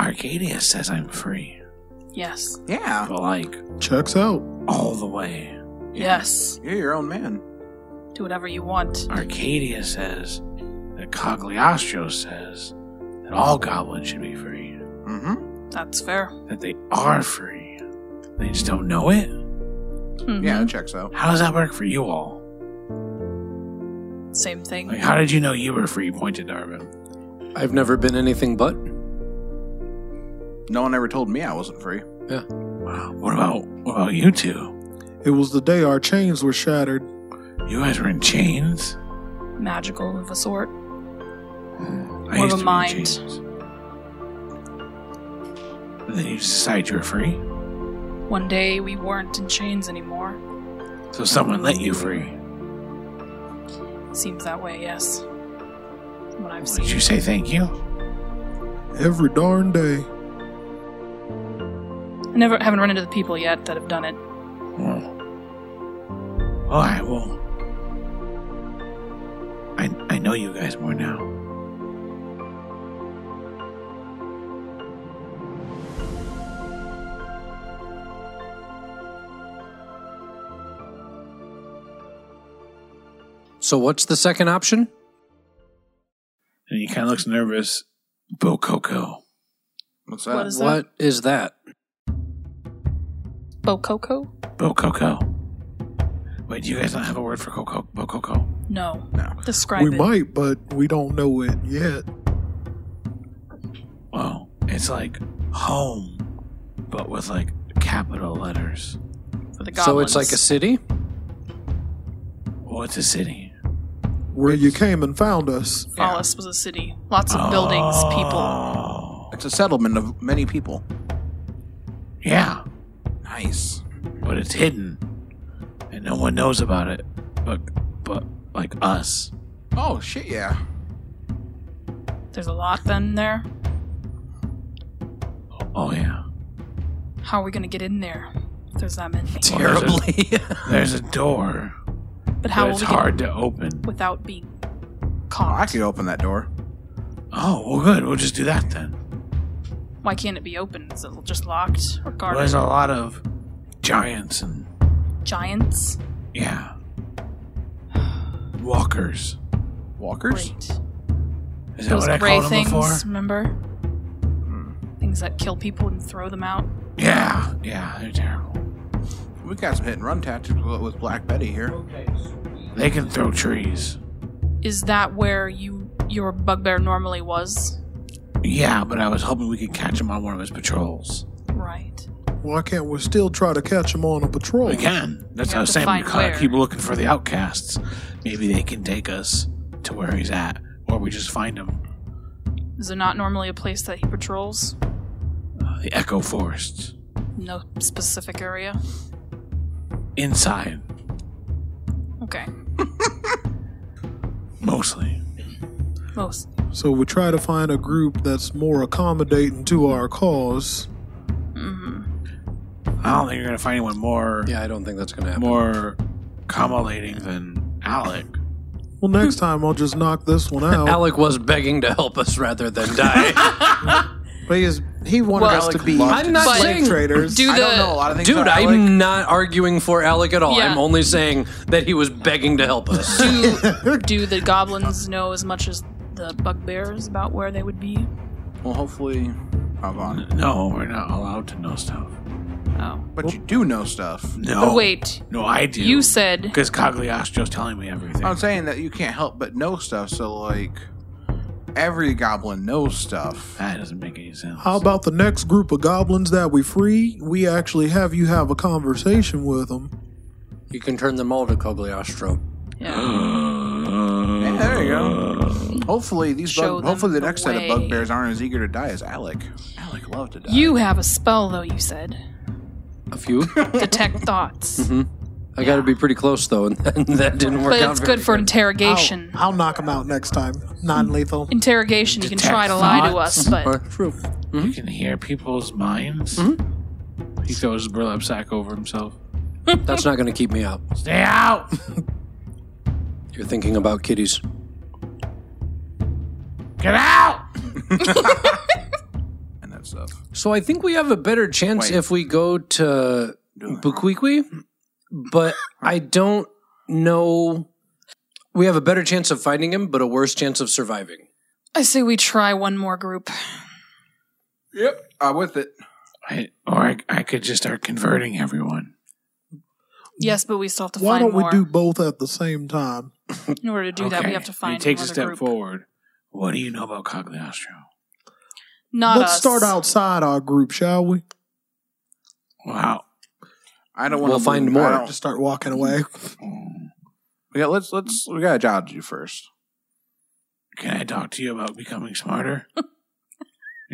Arcadia says I'm free, yes. Yeah, but like Checks out. all the way. Yes. you're your own man. Do whatever you want. Arcadia says that Cagliostro says that all goblins should be free. Mm-hmm. That's fair. that they are free. They just don't know it. Mhm. Yeah, it checks out. How does that work for you all? Mm-hmm. Same thing. Like, how did you know you were free? Pointed Darwin. I've never been anything but. No one ever told me I wasn't free. Wow. What about what about you two? It was the day our chains were shattered. You guys were in chains. Magical of a sort. I More used of to a be in mind. chains. And then you just decide you were free. One day we weren't in chains anymore. So someone let you free. Seems that way. Yes. From What I've Did seen. you say thank you? Every darn day. I never haven't run into the people yet that have done it. Well, all right. Well, I I know you guys more now. So what's the second option? And he kind of looks nervous. Bo Coco. What's that? What is- that- What is that? Bo Coco? Bo Coco. Wait, do you guys not have a word for Coco? Bo Coco. No. No. Describe we it. might, but we don't know it yet. Well, it's like home, but with like capital letters. for the So it's like a goblins. city? Well, it's a city. Where you came and found us. yeah. Ah. Follis was a city. Lots of buildings, people. Oh. It's a settlement of many people. Yeah, Nice. but it's hidden, and no one knows about it. But, but like us. Oh shit, yeah. There's a lot then there. Oh yeah. How are we gonna get in there? If There's that many. Well, there's a- There's a door, But how but will it's we get hard to open. without being Oh, I caught? could open that door. Oh, well, good. We'll just do that then. Why can't it be open? Is it just locked or Well, guarded? there's a lot of giants and Giants. yeah, walkers. Walkers? Great. Is that Those what I gray called them things. before? Remember? Things that kill people and throw them out. Yeah, yeah, they're terrible. We got some hit and run tactics with with Black Betty here. They can throw trees. Is that where you your bugbear normally was? Yeah, but I was hoping we could catch him on one of his patrols. Right. Why can't we still try to catch him on a patrol? We can. That's We how I have was to saying. We find gotta where. keep looking for the outcasts. Maybe they can take us to where he's at, or we just find him. Is it not normally a place that he patrols? Uh, the Echo Forests. No specific area. Inside, Okay. mostly. Most. So we try to find a group that's more accommodating to our cause. Mm-hmm. I don't think you're gonna find anyone more Yeah, I don't think that's going to happen. more accommodating than Alec. Well, Hmm. next time I'll just knock this one out. Alec was begging to help us rather than die. But he, is, he wanted Well, us to Alec be loved I'm not But- slave saying, traders. Do the I don't know. A lot of things dude. about Alec. I'm not arguing for Alec at all. Yeah. I'm only saying that he was begging to help us. do, do the goblins know as much as the bugbears about where they would be? Well, hopefully, I'm on it. No, we're not allowed to know stuff. Oh. But you do know stuff. No. But wait, No, I do. you said because Cagliostro's telling me everything. I'm saying that you can't help but know stuff. So like, every goblin knows stuff. That doesn't make any sense. How about the next group of goblins that we free? We actually have you have a conversation with them. you can turn them all to Cogliostro. yeah. Yeah, there you go. Hopefully these Show bug, them hopefully the the next set way. of bugbears aren't as eager to die as Alec. Alec loved to die. You have a spell though, you said. A few. Detect thoughts. I got to be pretty close though, and that didn't work but out. it's very good for interrogation. I'll knock him out next time. Non lethal. Interrogation, you can try to lie to us, but Uh, True. You can hear people's minds. He throws his burlap sack over himself. That's not going to keep me out. Stay out. You're thinking about kitties. Get out. and that stuff. So I think we have a better chance Wait. if we go to Bukwikwi, but I don't know. We have a better chance of finding him, but a worse chance of surviving. I say we try one more group. Yep, I'm Uh, with it. I, or I, I could just start converting everyone. Yes, but we still have to Why find don't more. we do both at the same time? In order to do that, we Okay, have to find He takes a another step group. forward. What do you know about Cagliostro? Not Let's us. start outside our group, shall we? Wow. I don't want We'll to find move. more. I don't- Just start walking away. Yeah, let's let's we got a job to do first. Can I talk to you about becoming smarter? and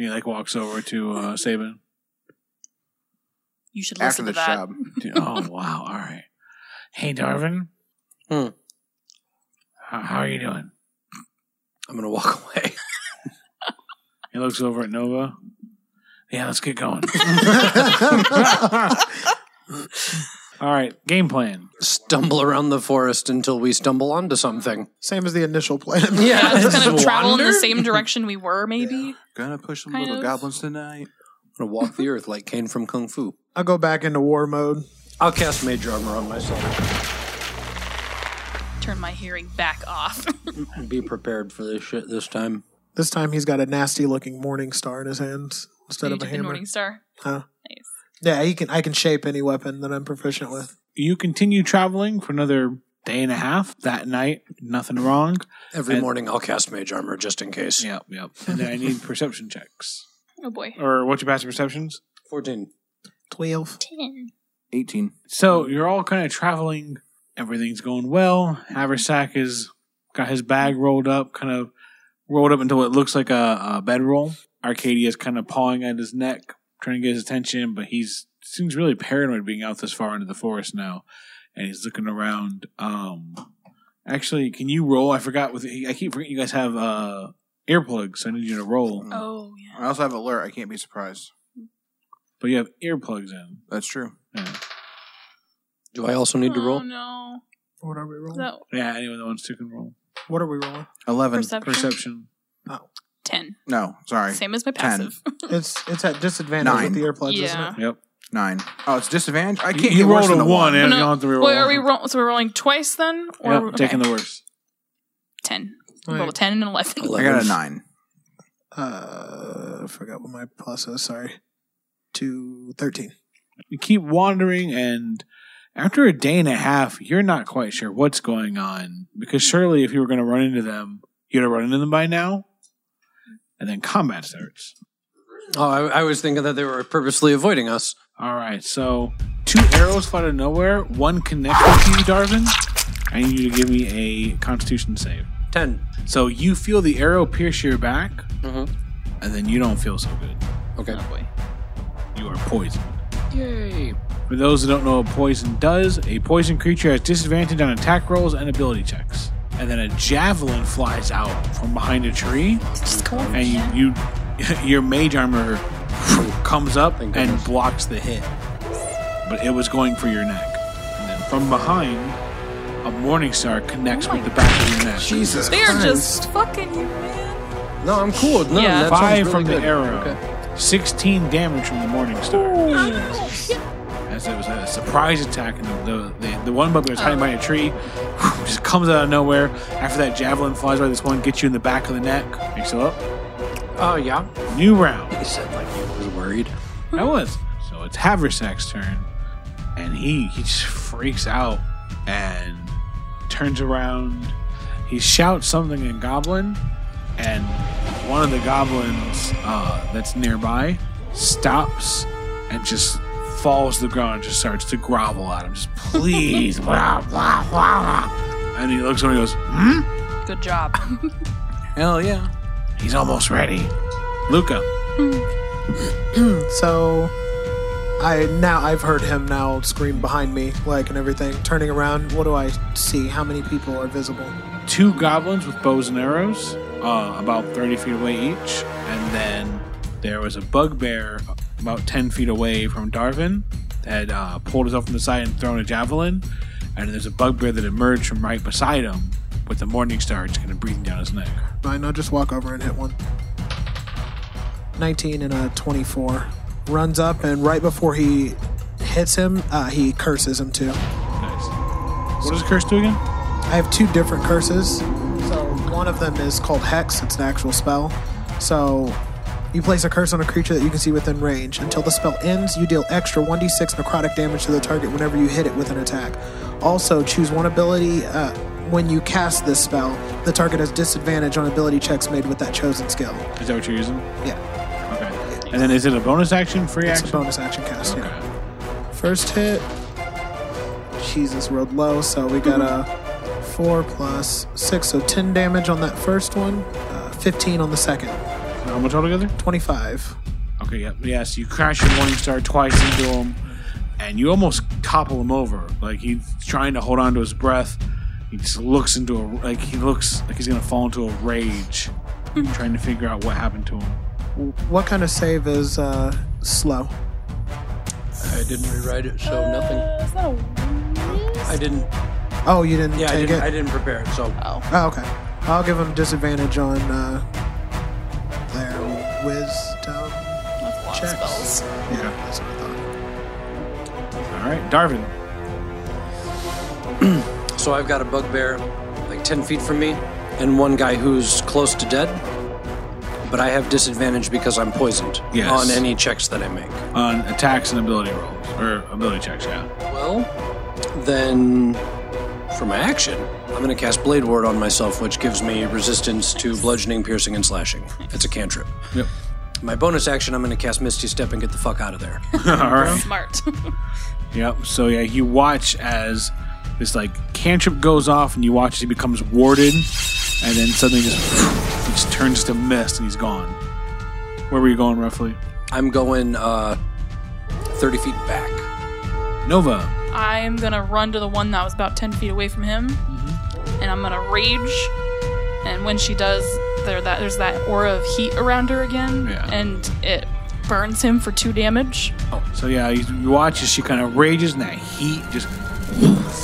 he like walks over to uh, Saban. You should After listen to this that. job, Dude, oh wow! All right. Hey, Darvin. Hmm. How, how are you doing? I'm going to walk away. He looks over at Nova. Yeah, let's get going. All right, game plan. stumble around the forest until we stumble onto something. Same as the initial plan. Yeah, I'm just kind of travel in the wander? same direction we were, maybe. gonna push some Kind little of. goblins tonight. gonna walk the earth like Kane from Kung Fu. I'll go back into war mode. I'll cast Mage Armor on myself Turn my hearing back off. and be prepared for this shit this time. This time he's got a nasty looking morning star in his hands instead you of a took the hammer. Morning Star. Huh? Nice. Yeah, he can. I can shape any weapon that I'm proficient with. You continue traveling for another day and a half. That night, nothing wrong. Every And- morning I'll cast Mage Armor just in case. Yep, yep. And then I need perception checks. Oh boy. Or what's your passive perceptions? 14. Twelve. Ten. Eighteen. So you're all kind of traveling. Everything's going well. Haversack is got his bag rolled up, kind of rolled up until it looks like a, a bedroll. Arcadia's kind of pawing at his neck, trying to get his attention, but he's seems really paranoid being out this far into the forest now, and he's looking around. Um, actually, can you roll? I forgot. With I keep forgetting you guys have uh earplugs. So I need you to roll, Oh yeah. I also have alert. I can't be surprised. but you have earplugs in. That's true. Yeah, Do I also need to roll? Oh, no. What are we rolling? That yeah anyone that wants to can roll. What are we rolling? Eleven. perception. Perception. Ten. no, sorry, Same as my Ten. passive. It's it's at disadvantage Nine. with the earplugs, isn't it? yeah. Yep. nine. Oh, it's disadvantage. I You, can't. you get worse rolled than a one, and No, you don't have to re-roll. Wait, are we roll- so we're rolling twice then? Or Yep, okay. taking the worst. ten. Right. Roll a ten and an eleven. I got a nine. Uh, I forgot what my plus is. Sorry, to thirteen. you keep wandering and after a day and a half you're not quite sure what's going on because surely if you were going to run into them you'd have run into them by now and then combat starts Oh, I, I was thinking that they were purposely avoiding us. all right so two arrows fly out of nowhere one connects with you darvin i need you to give me a constitution save 10 so you feel the arrow pierce your back Mhm. and then you don't feel so good Okay. Oh boy. you are poisoned Yay. For those who don't know what poison does, a poison creature has disadvantage on attack rolls and ability checks. And then a javelin flies out from behind a tree, Just go on. and you, you your mage armor comes up Thank and goodness. blocks the hit. But it was going for your neck. And then from behind, a morning star connects Oh with my the back of your neck. Jesus. They are just fucking you, man. No, I'm Um, cool. with none. Yeah. That sounds Five really from the good. arrow, Okay. 16 damage from the morning star. As it was a surprise attack, and the the, the, the one bugbear is hiding behind a tree, whew, just comes out of nowhere. After that javelin flies by, this one gets you in the back of the neck. Makes it up. Oh, yeah. New round. He said like he was worried. That was. So it's Haversack's turn, and he he just freaks out and turns around. He shouts something in Goblin, and one of the goblins uh, that's nearby stops and just falls to the ground and just starts to grovel at him. Just please, blah blah blah. And he looks over and he goes, "Hmm, Good job. Hell yeah. he's almost ready." Luca, So I now I've heard him now scream behind me, like and everything. Turning around, what do I see? How many people are visible? two goblins with bows and arrows, uh, about 30 feet away each. And then there was a bugbear about 10 feet away from Darvin that uh, pulled his up from the side and thrown a javelin. And there's a bugbear that emerged from right beside him with the morning star just kind of breathing down his neck. Fine, I'll just walk over and hit one. Nineteen and a twenty-four. Runs up and right before he hits him, uh, he curses him too. Nice. What does the curse do again? I have two different curses. So one of them is called Hex. It's an actual spell. So you place a curse on a creature that you can see within range. Until the spell ends, you deal extra 1d6 necrotic damage to the target whenever you hit it with an attack. Also, choose one ability uh, when you cast this spell. The target has disadvantage on ability checks made with that chosen skill. Is that what you're using? Yeah, Okay. And then is it a bonus action, free it's a action? bonus action cast. Okay. Yeah. First hit. Jesus, rolled low, so we got a 4 plus 6, so 10 damage on that first one, uh, 15 on the second, How much altogether? 25. Okay, yep. Yes, you crash your morning star twice into him, and you almost topple him over. Like he's trying to hold on to his breath. He just looks into a like he looks like he's gonna fall into a rage, trying to figure out what happened to him. What kind of save is uh, slow? I didn't rewrite it, so nothing. Is that a I didn't. Oh, you didn't Yeah, I take didn't, I it? didn't prepare it, so. Oh. Oh, okay. I'll give him disadvantage on uh, their wisdom That's a lot checks. of spells. Yeah, that's what I thought. All right, Darvin. So I've got a bugbear like 10 feet from me and one guy who's close to dead, but I have disadvantage because I'm poisoned Yes. on any checks that I make. on attacks and ability rolls or ability checks. Yeah. Well, then for my action, I'm going to cast Blade Ward on myself, which gives me resistance to bludgeoning, piercing, and slashing. It's a cantrip. Yep. My bonus action, I'm going to cast Misty Step and get the fuck out of there. All right. Smart. Yep. So yeah, you watch as this like cantrip goes off, and you watch as he becomes warded, and then suddenly just he just turns to mist, and he's gone. Where were you going roughly? I'm going uh, 30 feet back. Nova. I'm gonna run to the one that was about 10 feet away from him, Mm-hmm. and I'm gonna rage. And when she does, there that there's that aura of heat around her again, Yeah. and it burns him for two damage. So yeah, you, you watch as she kind of rages and that heat just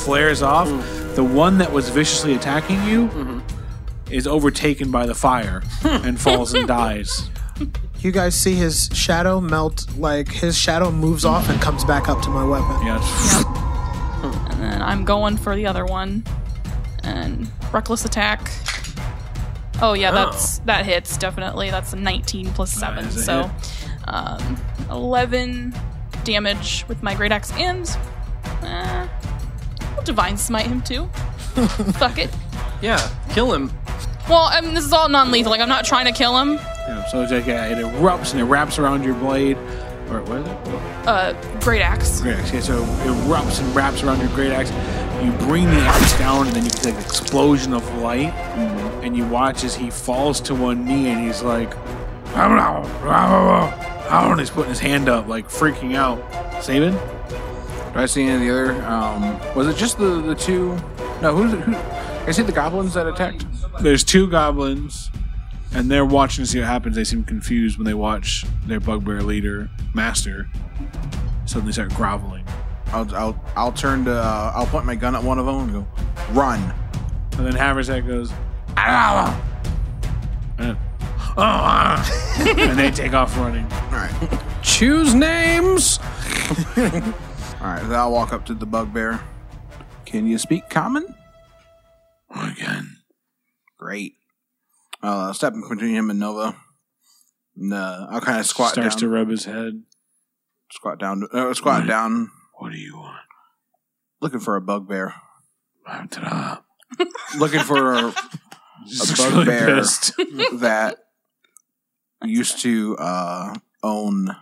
flares off. The one that was viciously attacking you is overtaken by the fire and falls and dies. You guys see his shadow melt, like his shadow moves off and comes back up to my weapon. Yeah. And then I'm going for the other one, and reckless attack. Oh yeah, that's that hits definitely. That's a 19 plus seven, is a so um, 11 damage with my great axe, and uh, I'll divine smite him too. Fuck it. Yeah, kill him. Well, I mean, this is all non-lethal. Like I'm not trying to kill him. Yeah, so it's like, yeah, it erupts and it wraps around your blade. Or what is it? Uh, great axe. Great axe. Yeah, so it erupts and wraps around your great axe. You bring the axe down, and then you see like an explosion of light. And you watch as he falls to one knee, and he's like, I don't know, I don't know. He's putting his hand up, like freaking out. Saban? Do I see any of the other? Um, was it just the the two? No, who's it? Who? I see the goblins that attacked. There's two goblins, and they're watching to see what happens. They seem confused when they watch their bugbear leader, Master, suddenly start groveling. I'll I'll I'll turn to uh, I'll point my gun at one of them and go, run. And then Haversack goes, Ah! "Eh." Oh, ah. and they take off running. All right, Choose names. all right. Then I'll walk up to the bugbear. Can you speak common? Again. Great. I'll uh, step in between him and Nova. And, uh, I'll kind of squat starts down. to rub his head. squat down. Uh, squat down. What do you want? Looking for a bugbear. Wrapped it up. Looking for a, He's bugbear. pissed. that used to uh, own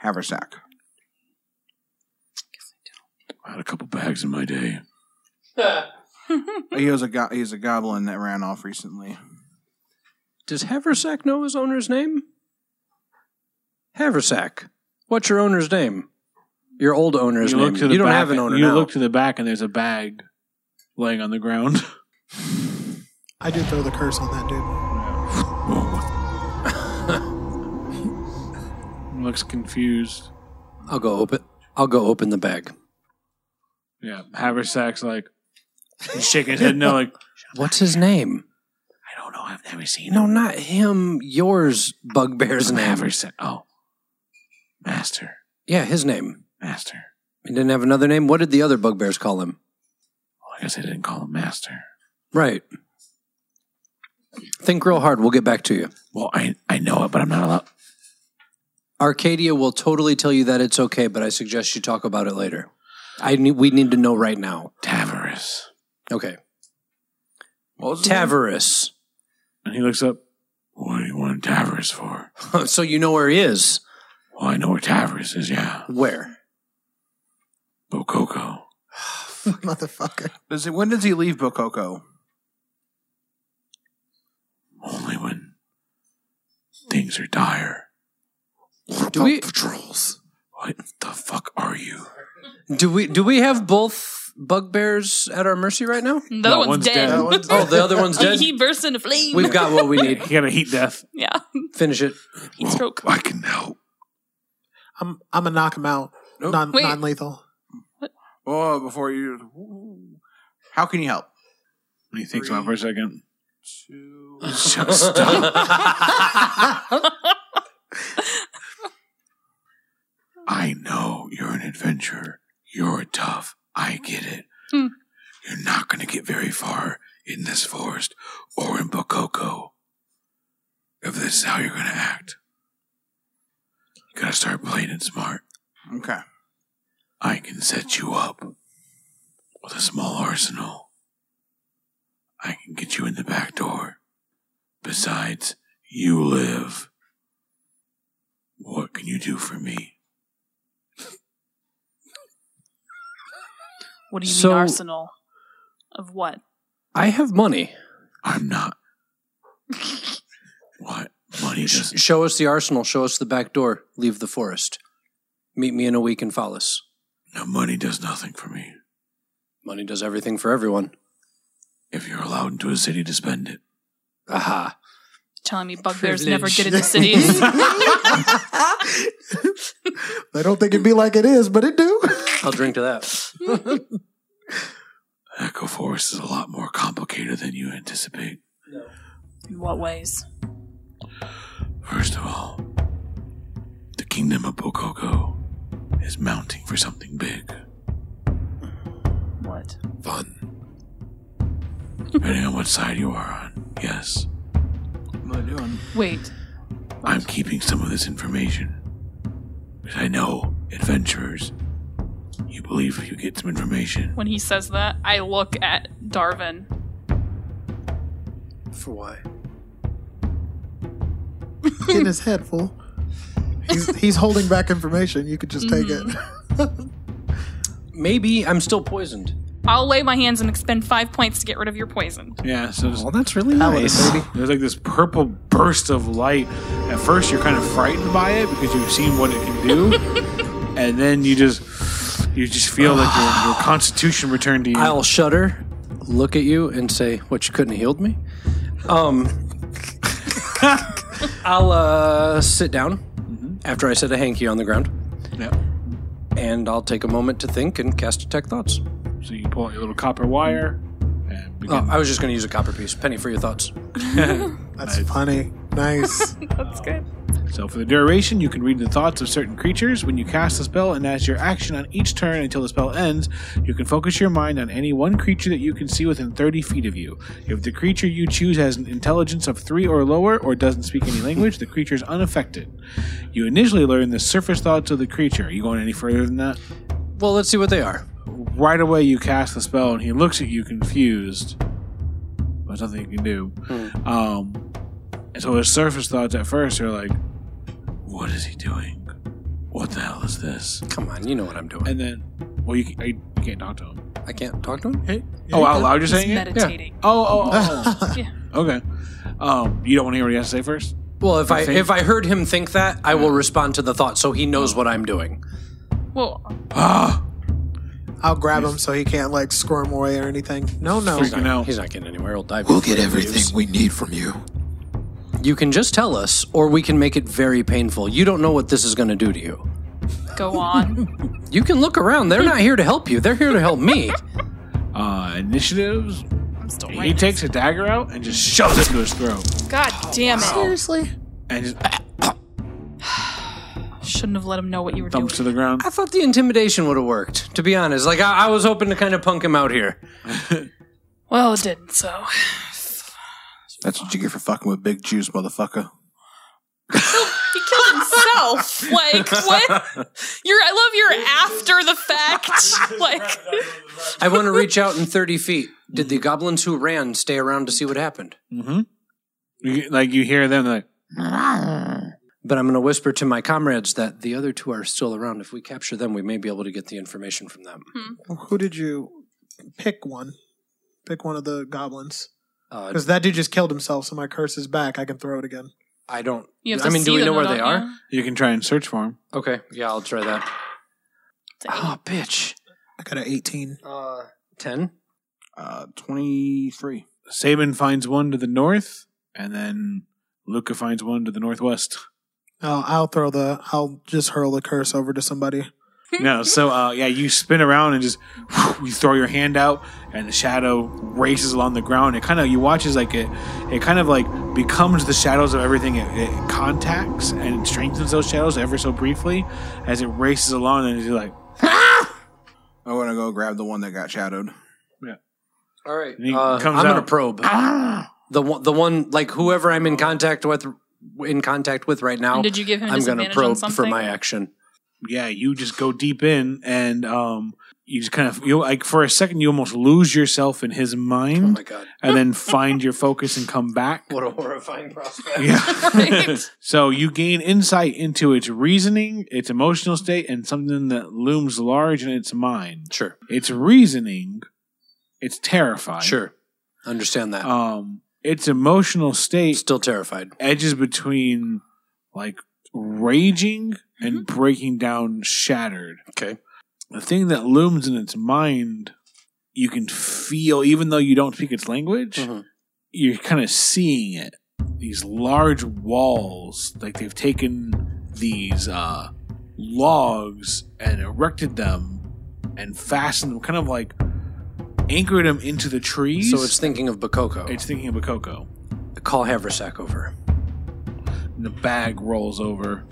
Haversack. I had a couple bags in my day. He was a go- he's a goblin that ran off recently. Does Haversack know his owner's name? Haversack, what's your owner's name? Your old owner's you name. look to the you don't back, have an owner You now. look to the back, and there's a bag laying on the ground. I do throw the curse on that dude. Looks confused. I'll go open. I'll go open the bag. Yeah, Haversack's like he's shaking his head. No, like What's his name? I don't know. I've never seen No, not him. Yours, Bugbear's name. Haversack. Oh, master, Yeah, his name. master. He didn't have another name. What did the other Bugbears call him? Well, I guess I didn't call him master. Right. Think real hard. We'll get back to you. Well, I I know it, but I'm not allowed. Arcadia will totally tell you that it's okay, but I suggest you talk about it later. I need, we need to know right now. Tavaris. Okay. What was his name? Tavaris. And he looks up. What do you want Tavaris for? so you know where he is. Well, I know where Tavaris is. Yeah, Where? Bococo. Motherfucker. Does he, when does he leave Bococo? Only when things are dire. Do we Patrols. What the fuck are you? do we do we have both bugbears at our mercy right now? The other one's, one's dead. dead. That one's- Oh, the other one's He- dead. He bursts into flame. We've got what we need. He got a heat death. yeah, Finish it. heat stroke. I can help. I'm I'm gonna knock him out. Nope. Non Wait. non lethal. Oh, before you, how can you help? He thinks about it for a second. Two. Just stop. I know you're an adventurer. You're tough. I get it. Hmm. You're not going to get very far in this forest or in Bococo if this is how you're going to act. You got to start playing it smart. Okay. I can set you up with a small arsenal. I can get you in the back door. Besides, you live. What can you do for me? What do you So- mean arsenal? Of what? I have money. I'm not. What? What do you just? Show us the arsenal. Show us the back door. Leave the forest. Meet me in a week in Fallis. No money does nothing for me. Money does everything for everyone. If you're allowed into a city to spend it, Aha. Telling me bugbears never Privilege. get into cities. They don't think it'd be like it is, but it do. I'll drink to that. Echo Forest is a lot more complicated than you anticipate. In what ways? First of all, the kingdom of Bokoko is mounting for something big. What? Fun. Depending on what side you are on, yes. What are you doing? Wait. I'm keeping some of this information. Because I know, adventurers, you believe if you get some information, When he says that, I look at Darvin. For why? Getting his head full. He's, he's holding back information. You could just take it. Mm-hmm. Maybe I'm still poisoned. I'll lay my hands and expend five points to get rid of your poison. Yeah, so just, Oh, Well, that's really Nice. nice. There's like this purple burst of light. At first, you're kind of frightened by it because you've seen what it can do, and then you just you just feel like your, your constitution returned to you. I'll shudder, look at you, and say, "What you couldn't have healed me." Um, I'll uh, sit down after I set a hanky on the ground, Yep. and I'll take a moment to think and cast detect thoughts. So you pull out your little copper wire and begin. Oh, I was just going to use a copper piece. Penny for your thoughts. That's funny. Nice. That's good. So for the duration, you can read the thoughts of certain creatures when you cast a spell, and as your action on each turn until the spell ends, you can focus your mind on any one creature that you can see within 30 feet of you. If the creature you choose has an intelligence of 3 or lower or doesn't speak any language, the creature is unaffected. You initially learn the surface thoughts of the creature. Are you going any further than that? Well, let's see what they are. Right away, you cast the spell, and he looks at you confused. There's nothing you can do. Hmm. Um, and so his surface thoughts at first are like, "What is he doing? What the hell is this?" Come on, you know what I'm doing. And then, well, you, can, I, you can't talk to him. I can't talk to him. oh, out loud, you're He's saying it? meditating. Oh, oh, oh. Yeah. okay. Um, you don't want to hear what he has to say first. Well, if I think- if I heard him think that, I will respond to the thought so he knows what I'm doing. Well, Ah, I'll grab him so he can't like squirm away or anything. No, no. freaking out. He's not getting anywhere. He'll die. We'll before get he everything leaves. we need from you. You can just tell us, or we can make it very painful. You don't know what this is going to do to you. go on. You can look around. They're not here to help you. They're here to help me. Uh, initiatives. I'm still He right. takes a dagger out and just shoves it into his throat. God Oh, damn it. Seriously? And just Shouldn't have let him know what you were doing. thumps to the ground. I thought the intimidation would have worked. To be honest, like I, I was hoping to kind of punk him out here. Well, it didn't, so. That's what you get for fucking with big Jews, motherfucker. He killed himself. like, what? You're, I love your after the fact. Like, I want to reach out in thirty feet. Did the goblins who ran stay around to see what happened? You- like you hear them like. But I'm going to whisper to my comrades that the other two are still around. If we capture them, we may be able to get the information from them. Hmm. Who did you pick one? Pick one of the goblins. Uh, Because that dude just killed himself, so my curse is back. I can throw it again. I don't. you have I to mean, do see we know them, where though, they don't are? You can try and search for him. Okay, yeah, I'll try that. Oh, bitch. I got an 18. Uh, ten. Uh, 23. Sabin finds one to the north, and then Luca finds one to the northwest. Oh, I'll throw the. I'll just hurl the curse over to somebody. no, so uh, yeah, you spin around and just you throw your hand out, and the shadow races along the ground. It kind of you watch as like it, it kind of like becomes the shadows of everything it, it contacts, and it strengthens those shadows ever so briefly as it races along. And you're like, I want to go grab the one that got shadowed. All right. And he uh, comes I'm gonna out. Ah! probe the one, the one like whoever I'm in contact with, in contact with right now. And did you give him I'm gonna disadvantage on probe something? for my action. yeah, you just go deep in, and um, you just kind of you like for a second you almost lose yourself in his mind. Oh my god! and then find your focus and come back. What a horrifying prospect. Yeah. Right. so you gain insight into its reasoning, its emotional state, and something that looms large in its mind. Sure. Its reasoning, it's terrified. Sure. Understand that. Um, its emotional state Still terrified. edges between like raging and breaking down shattered. Mm-hmm. Okay. The thing that looms in its mind, you can feel, even though you don't speak its language, Mhm. you're kind of seeing it. These large walls, like they've taken these uh, logs and erected them and fastened them, kind of like anchored them into the trees. So it's thinking of Bakoko. it's thinking of a cocoa. Call Haversack over. And the bag rolls over.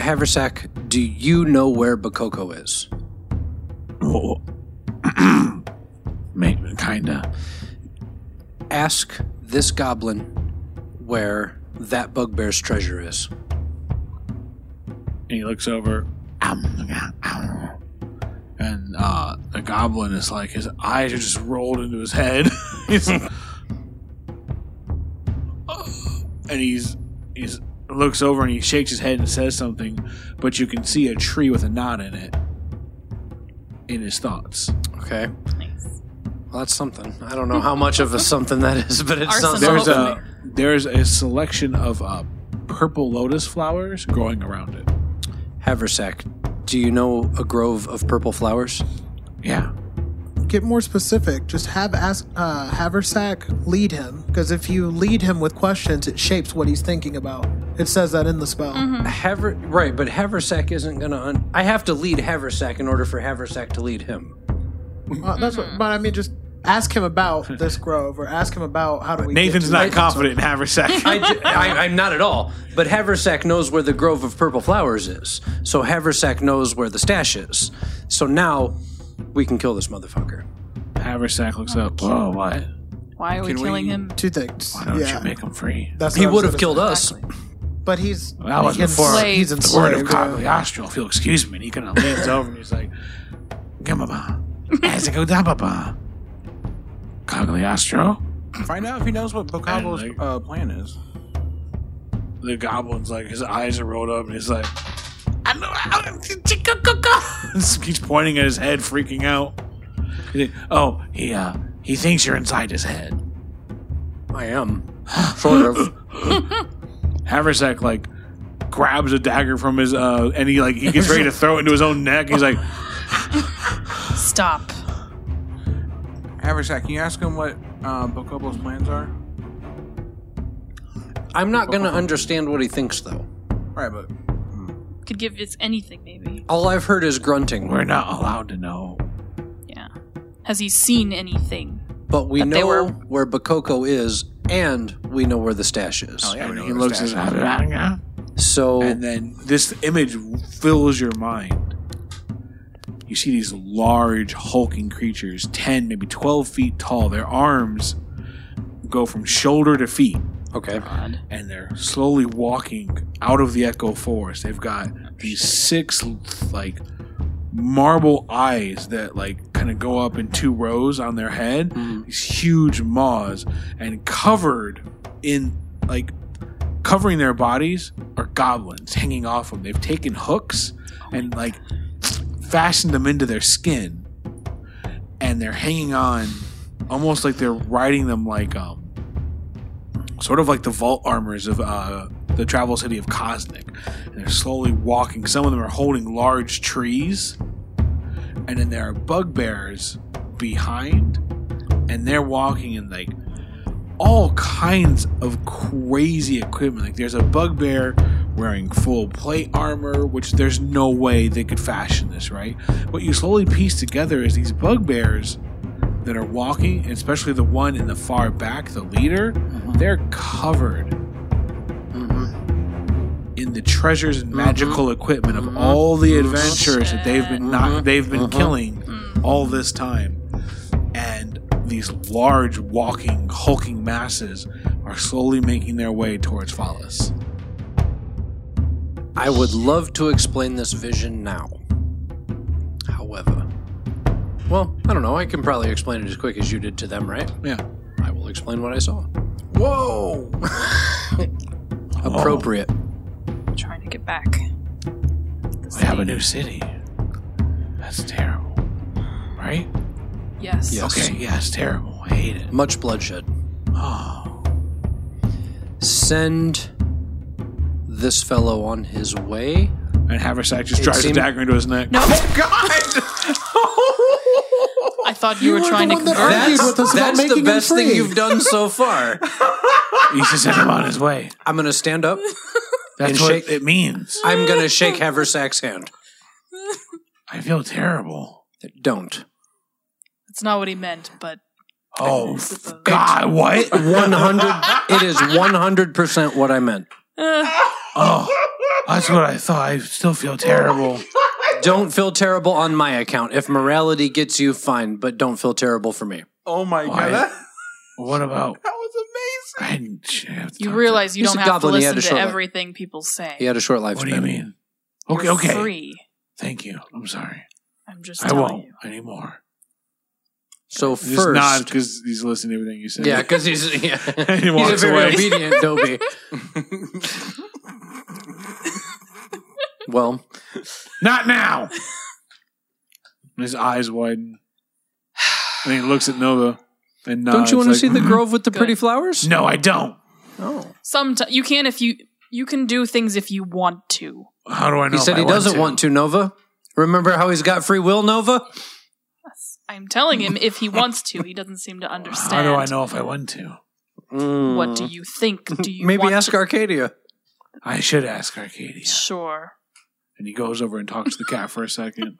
Haversack, do you know where Bakoko is? Oh. Well, mate, kinda. Ask this goblin where that bugbear's treasure is. And he looks over, "Um, um." and uh, the goblin is like his eyes are just rolled into his head. he's, "Oh." and he's he's looks over and he shakes his head and says something, but you can see a tree with a knot in it. In his thoughts, Okay. Nice. Well, that's something. I don't know how much of a something that is, but it's Arsenal. something. there's There's There's a- a there's a selection of uh, purple lotus flowers growing around it. Haversack, do you know a grove of purple flowers? Mm-hmm. Yeah, Get more specific. Just have ask, uh, Haversack lead him, because if you lead him with questions, it shapes what he's thinking about. It says that in the spell. Mm-hmm. Haver- right, but Haversack isn't going to. Un- I have to lead Haversack in order for Haversack to lead him. Uh, that's what. Mm-hmm. But I mean, just ask him about this grove, or ask him about how do we. get Nathan's to not it. confident in Haversack. I, d- I, am not at all. But Haversack knows where the Grove of Purple Flowers is. So Haversack knows where the stash is. So now we can kill this motherfucker. Haversack looks up. Whoa, what? Why are we Can killing we- him? Two things. Why don't yeah, you make him free? that's what I He was would have gonna killed say. us. But he's That was he's before enslaved. He's the word of enslaved. yeah. Cagliostro, if you'll excuse me. And he kind of leans over and he's like, Gamaba. Azagodababa. Cagliostro? Find out if he knows what Bocabo's And, like- uh, plan is. The goblin's like, his eyes are rolled up and he's like, I know. I- He's pointing at his head, freaking out. He's like, oh, he, uh, he thinks you're inside his head. I am. Sort of. Haversack like grabs a dagger from his uh and he like he gets ready to throw it into his own neck. He's like, Stop. Haversack, can you ask him what uh, Bocobo's plans are? I'm not going to understand what he thinks, though. All right, but Could give us anything, maybe. All I've heard is grunting, We're not allowed to know. Yeah. Has he seen anything? but we But they know were- where Bakoko is, and we know where the stash is. Oh, yeah, we and know he the looks stash. at So and then this image fills your mind. You see these large hulking creatures, ten maybe twelve feet tall. Their arms go from shoulder to feet. okay, God. and they're slowly walking out of the echo forest. They've got these six like marble eyes that like kind of go up in two rows on their head. These huge maws and covered in like covering their bodies are goblins hanging off them. They've taken hooks and like fastened them into their skin, and they're hanging on almost like they're riding them like um sort of like the vault armors of uh, the travel city of Cosmic. And they're slowly walking. Some of them are holding large trees, and then there are bugbears behind, and they're walking in like all kinds of crazy equipment. Like there's a bugbear wearing full plate armor, which there's no way they could fashion this, right? What you slowly piece together is these bugbears that are walking, and especially the one in the far back, the leader, they're covered Mm-hmm. in the treasures and magical equipment of all the adventurers that they've been not they've been killing Hmm. all this time. And these large walking, hulking masses are slowly making their way towards Phallus. I would love to explain this vision now. However, well, I don't know. I can probably explain it as quick as you did to them, right? Yeah. I will explain what I saw. whoa! Appropriate. I'm trying to get back. We have a new city. That's terrible. Right? Yes. Yes. Okay, yeah, it's terrible. I hate it. Much bloodshed. Oh, Send this fellow on his way. and Haversack just It drives seemed- a dagger into his Oh neck. No, God! I thought you, were, the trying to one that convert. argued with us about that's making the him best thing free. you've done so far. He should send him on his way. I'm gonna stand up. That's And what shake- it means. I'm gonna shake Haversack's hand. I feel terrible. Don't. It's not what he meant, but Oh, it's a- God, what? One hundred. it is one hundred percent what I meant. Ah, Uh, Oh, that's what I thought. I still feel terrible. Don't feel terrible on my account. If morality gets you, fine, but don't feel terrible for me. Oh my Why? god, that, What about? that was amazing. I didn't- I have to you talk to- realize you He's don't a have goblin, he to had listen a short to life. everything people say. He had a short lifespan. What do you mean? Okay, You're okay. Free. Thank you. I'm sorry. I'm just I telling won't you. anymore. So Just nod first, because he's listening to everything you said. yeah, because he's yeah. And he he's a walks very away. obedient Dobie. Well, Not now. And his eyes widen, and he looks at Nova and nods. don't you want to like, "Hmm." see the "Mhm." grove with the pretty Good. flowers? No, I don't. No. Sometimes you can if you you can do things if you want to. How do I know? He said if I he doesn't want to, Nova. Remember how he's got free will, Nova? I'm telling him if he wants to. He doesn't seem to understand. How do I know if I want to? Mm. What do you Hmm. think? Do you Maybe want ask to- Arcadia. I should ask Arcadia. Sure. And he goes over and talks to the cat for a second.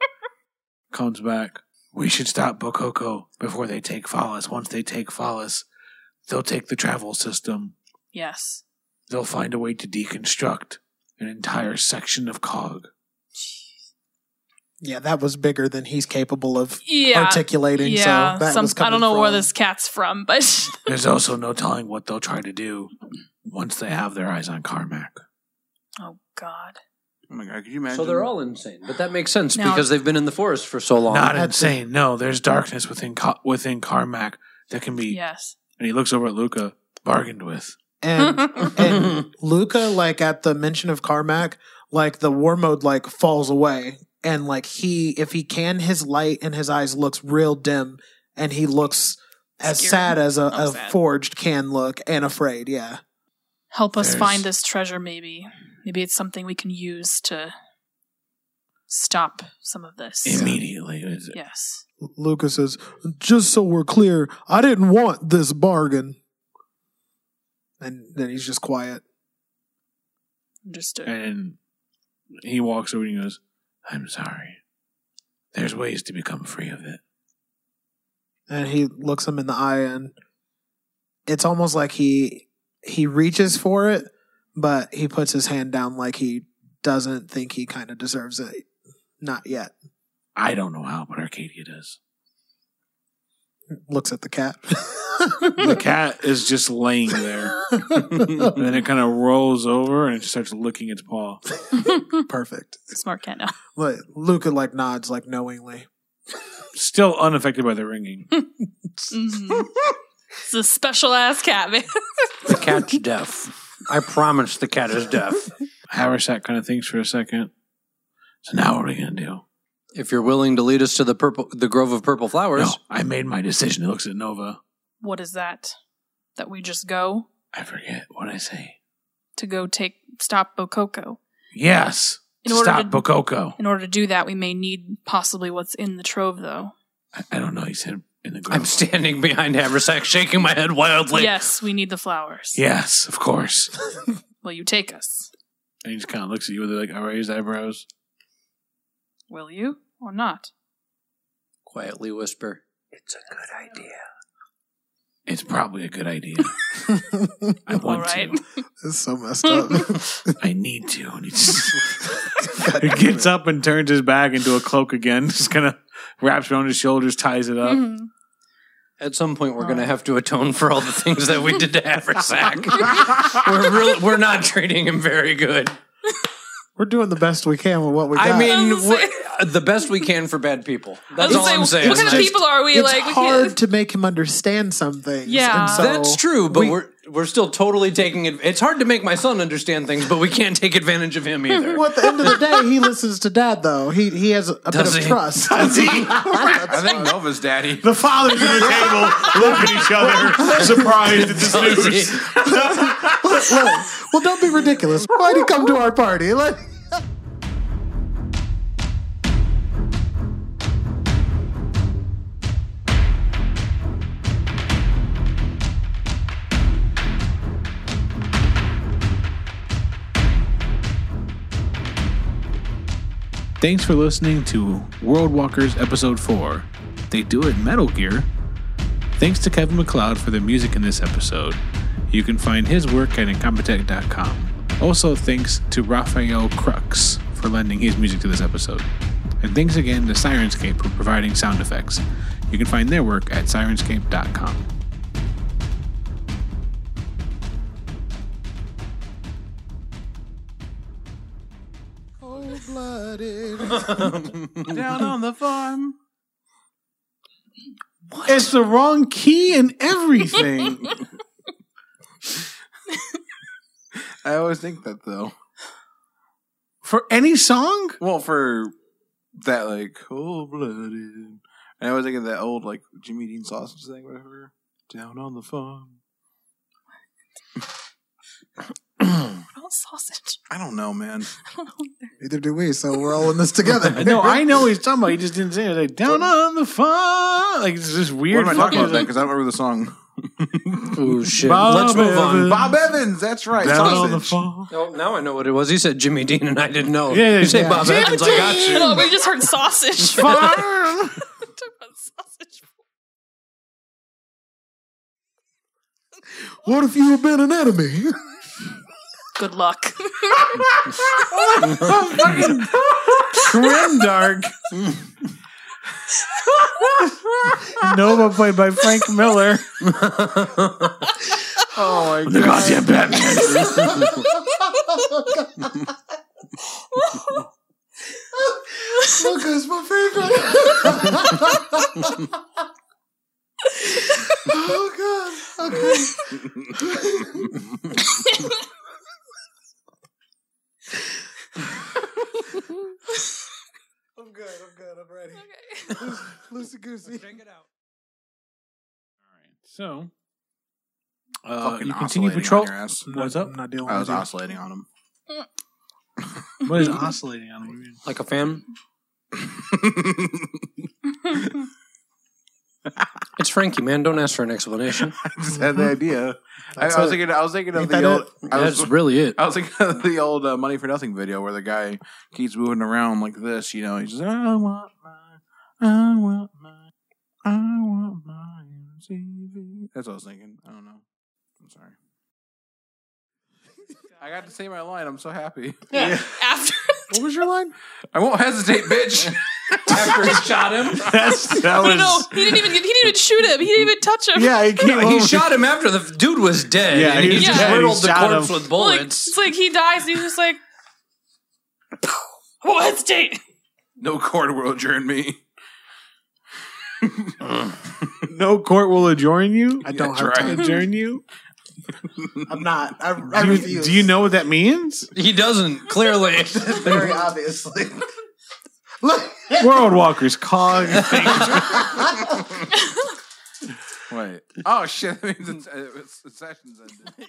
Comes back. We should stop Bokoko before they take Fallas. Once they take Fallas, they'll take the travel system. Yes. They'll find a way to deconstruct an entire section of Cog. Yeah, that was bigger than he's capable of Yeah. articulating. yeah. so that some, was I coming don't know where from- this cat's from, but There's also no telling what they'll try to do once they have their eyes on Carmack. oh god. Oh my god, could you imagine? So they're all insane, but that makes sense Now- because they've been in the forest for so long. Not that's insane. No, there's darkness within Ca- within Carmack that can be. Yes. And he looks over at Luca, bargained with. And, and Luca, like at the mention of Carmack, like the war mode like falls away, and like he, if he can, his light in his eyes looks real dim, and he looks as Scared. sad as a, I'm a sad. forged can look and afraid. Yeah, Help us There's- find this treasure maybe. Maybe it's something we can use to stop some of this. Immediately. It's- Yes. Luca says, just so we're clear, I didn't want this bargain. and then he's just quiet. Understood. And he walks over and he goes, I'm sorry. There's ways to become free of it. and he looks him in the eye and it's almost like he he reaches for it but he puts his hand down like he doesn't think he kind of deserves it not yet I don't know how, but Arcadia does. looks at the cat The cat is just laying there. And then it kind of rolls over and it just starts licking its paw. perfect Smart cat now. like luca like nods like knowingly Still unaffected by the ringing. Mhm. it's a special ass cat, man. the cat's deaf. I promise the cat is deaf. Haversack kind of thinks for a second. So now what are we going to do? If you're willing to lead us to the purple, the grove of purple flowers, No, I made my decision. It looks at Nova. What is that? That we just go I forget what I say. to go take stop Bococo. Yes. In order Stop to- Bokoko. In order to do that, we may need possibly what's in the trove, though. I, I don't know. He said in the I'm group. standing behind Haversack, shaking my head wildly. yes, we need the flowers. Yes, of course. Will you take us? And he just kind of looks at you with like raised eyebrows. Will you or not? Quietly whisper. It's probably a good idea. I want Alright. to. it's so messed up I need to. And he just he gets up and turns his back into a cloak again. Just kind of wraps around his shoulders, ties Uh, it up. Mhm. At some point, we're Oh. going to have to atone for all the things that we did to Haversack. we're real we're not treating him very good. we're doing the best we can with what we got I mean, I'm we're- uh, the best we can for bad people. That's I all was gonna I'm say, saying. What kind of Like, people are we? it's like, we hard can't- to make him understand some things Yeah. and so That's true, but we- we, are we're still totally taking it. It's hard to make my son understand things, but we can't take advantage of him either. Well, at the end of the day, he listens to dad, though. He he has a bit Does of he? trust. I think Nova's daddy. The fathers at the table look at each other, surprised at this news. Look, well, don't be ridiculous. Why'd he come to our party? Like- Thanks for listening to World Walkers Episode 4. They do it Metal Gear. Thanks to Kevin McLeod for the music in this episode. You can find his work at incompetech.com. Also, thanks to Raphael Crux for lending his music to this episode. And thanks again to Sirenscape for providing sound effects. You can find their work at sirenscape.com. Down on the farm. It's the wrong key and everything. I always think that though. For any song? Well, for that like cold blooded, I always think of that old like Jimmy Dean sausage thing, whatever. Down on the farm. About sausage. I don't know, man. I don't know. Neither do we, so we're all in this together. No, I know what he's talking about. He just didn't say it. Like down on the farm. Like it's just weird. what am I talking about? fucking- Then because I don't remember the song. Oh shit! Bob Let's move on. Evans. Bob Evans. That's right. Down on the sausage. farm. Oh, now I know what it was. He said Jimmy Dean, and I didn't know. Yeah, yeah, you say yeah. Bob Evans, I got you. No, we just heard sausage. Talk about sausage. what if you had been an enemy? Good luck. Grim Dark. Nova played by Frank Miller. Oh my The god. goddamn Batman. Look, it's my favorite. oh god. Okay. I'm good, I'm good, I'm ready. Okay. Lucy Goosey. So, uh, Fucking you continue oscillating patrol. on your ass. What's up? I'm not dealing I with was you. oscillating on him. What is oscillating on? Like a fan. It's Frankie, man. Don't ask for an explanation. Just had the idea. I, That's I was it. thinking. I was thinking of Ain't the that old. I was, That's really it. I was thinking of the old uh, Money for Nothing video where the guy keeps moving around like this, you know. He's just, I want my, I want my, I want my MTV. That's what I was thinking. I don't know. I'm sorry. I got to say my line. I'm so happy. Yeah. After What was your line? I won't hesitate, bitch. After he shot him, That's, that was. no, he didn't even he didn't even shoot him. He didn't even touch him. Yeah, he came he over. shot him after the dude was dead. Yeah, and he, he was just dead. riddled He the shot corpse him. with Like, bullets. it's like he dies. And he's just like, well, let's date. no court will adjourn me. No court will adjourn you. I don't That's have right. time. Adjourn you. I'm not. I, I Do you, refuse. do you know what that means? he doesn't clearly. Very obviously. Look. World Walkers cog. Wait. Oh shit! That means it's, it's, it's uh, sessions ended.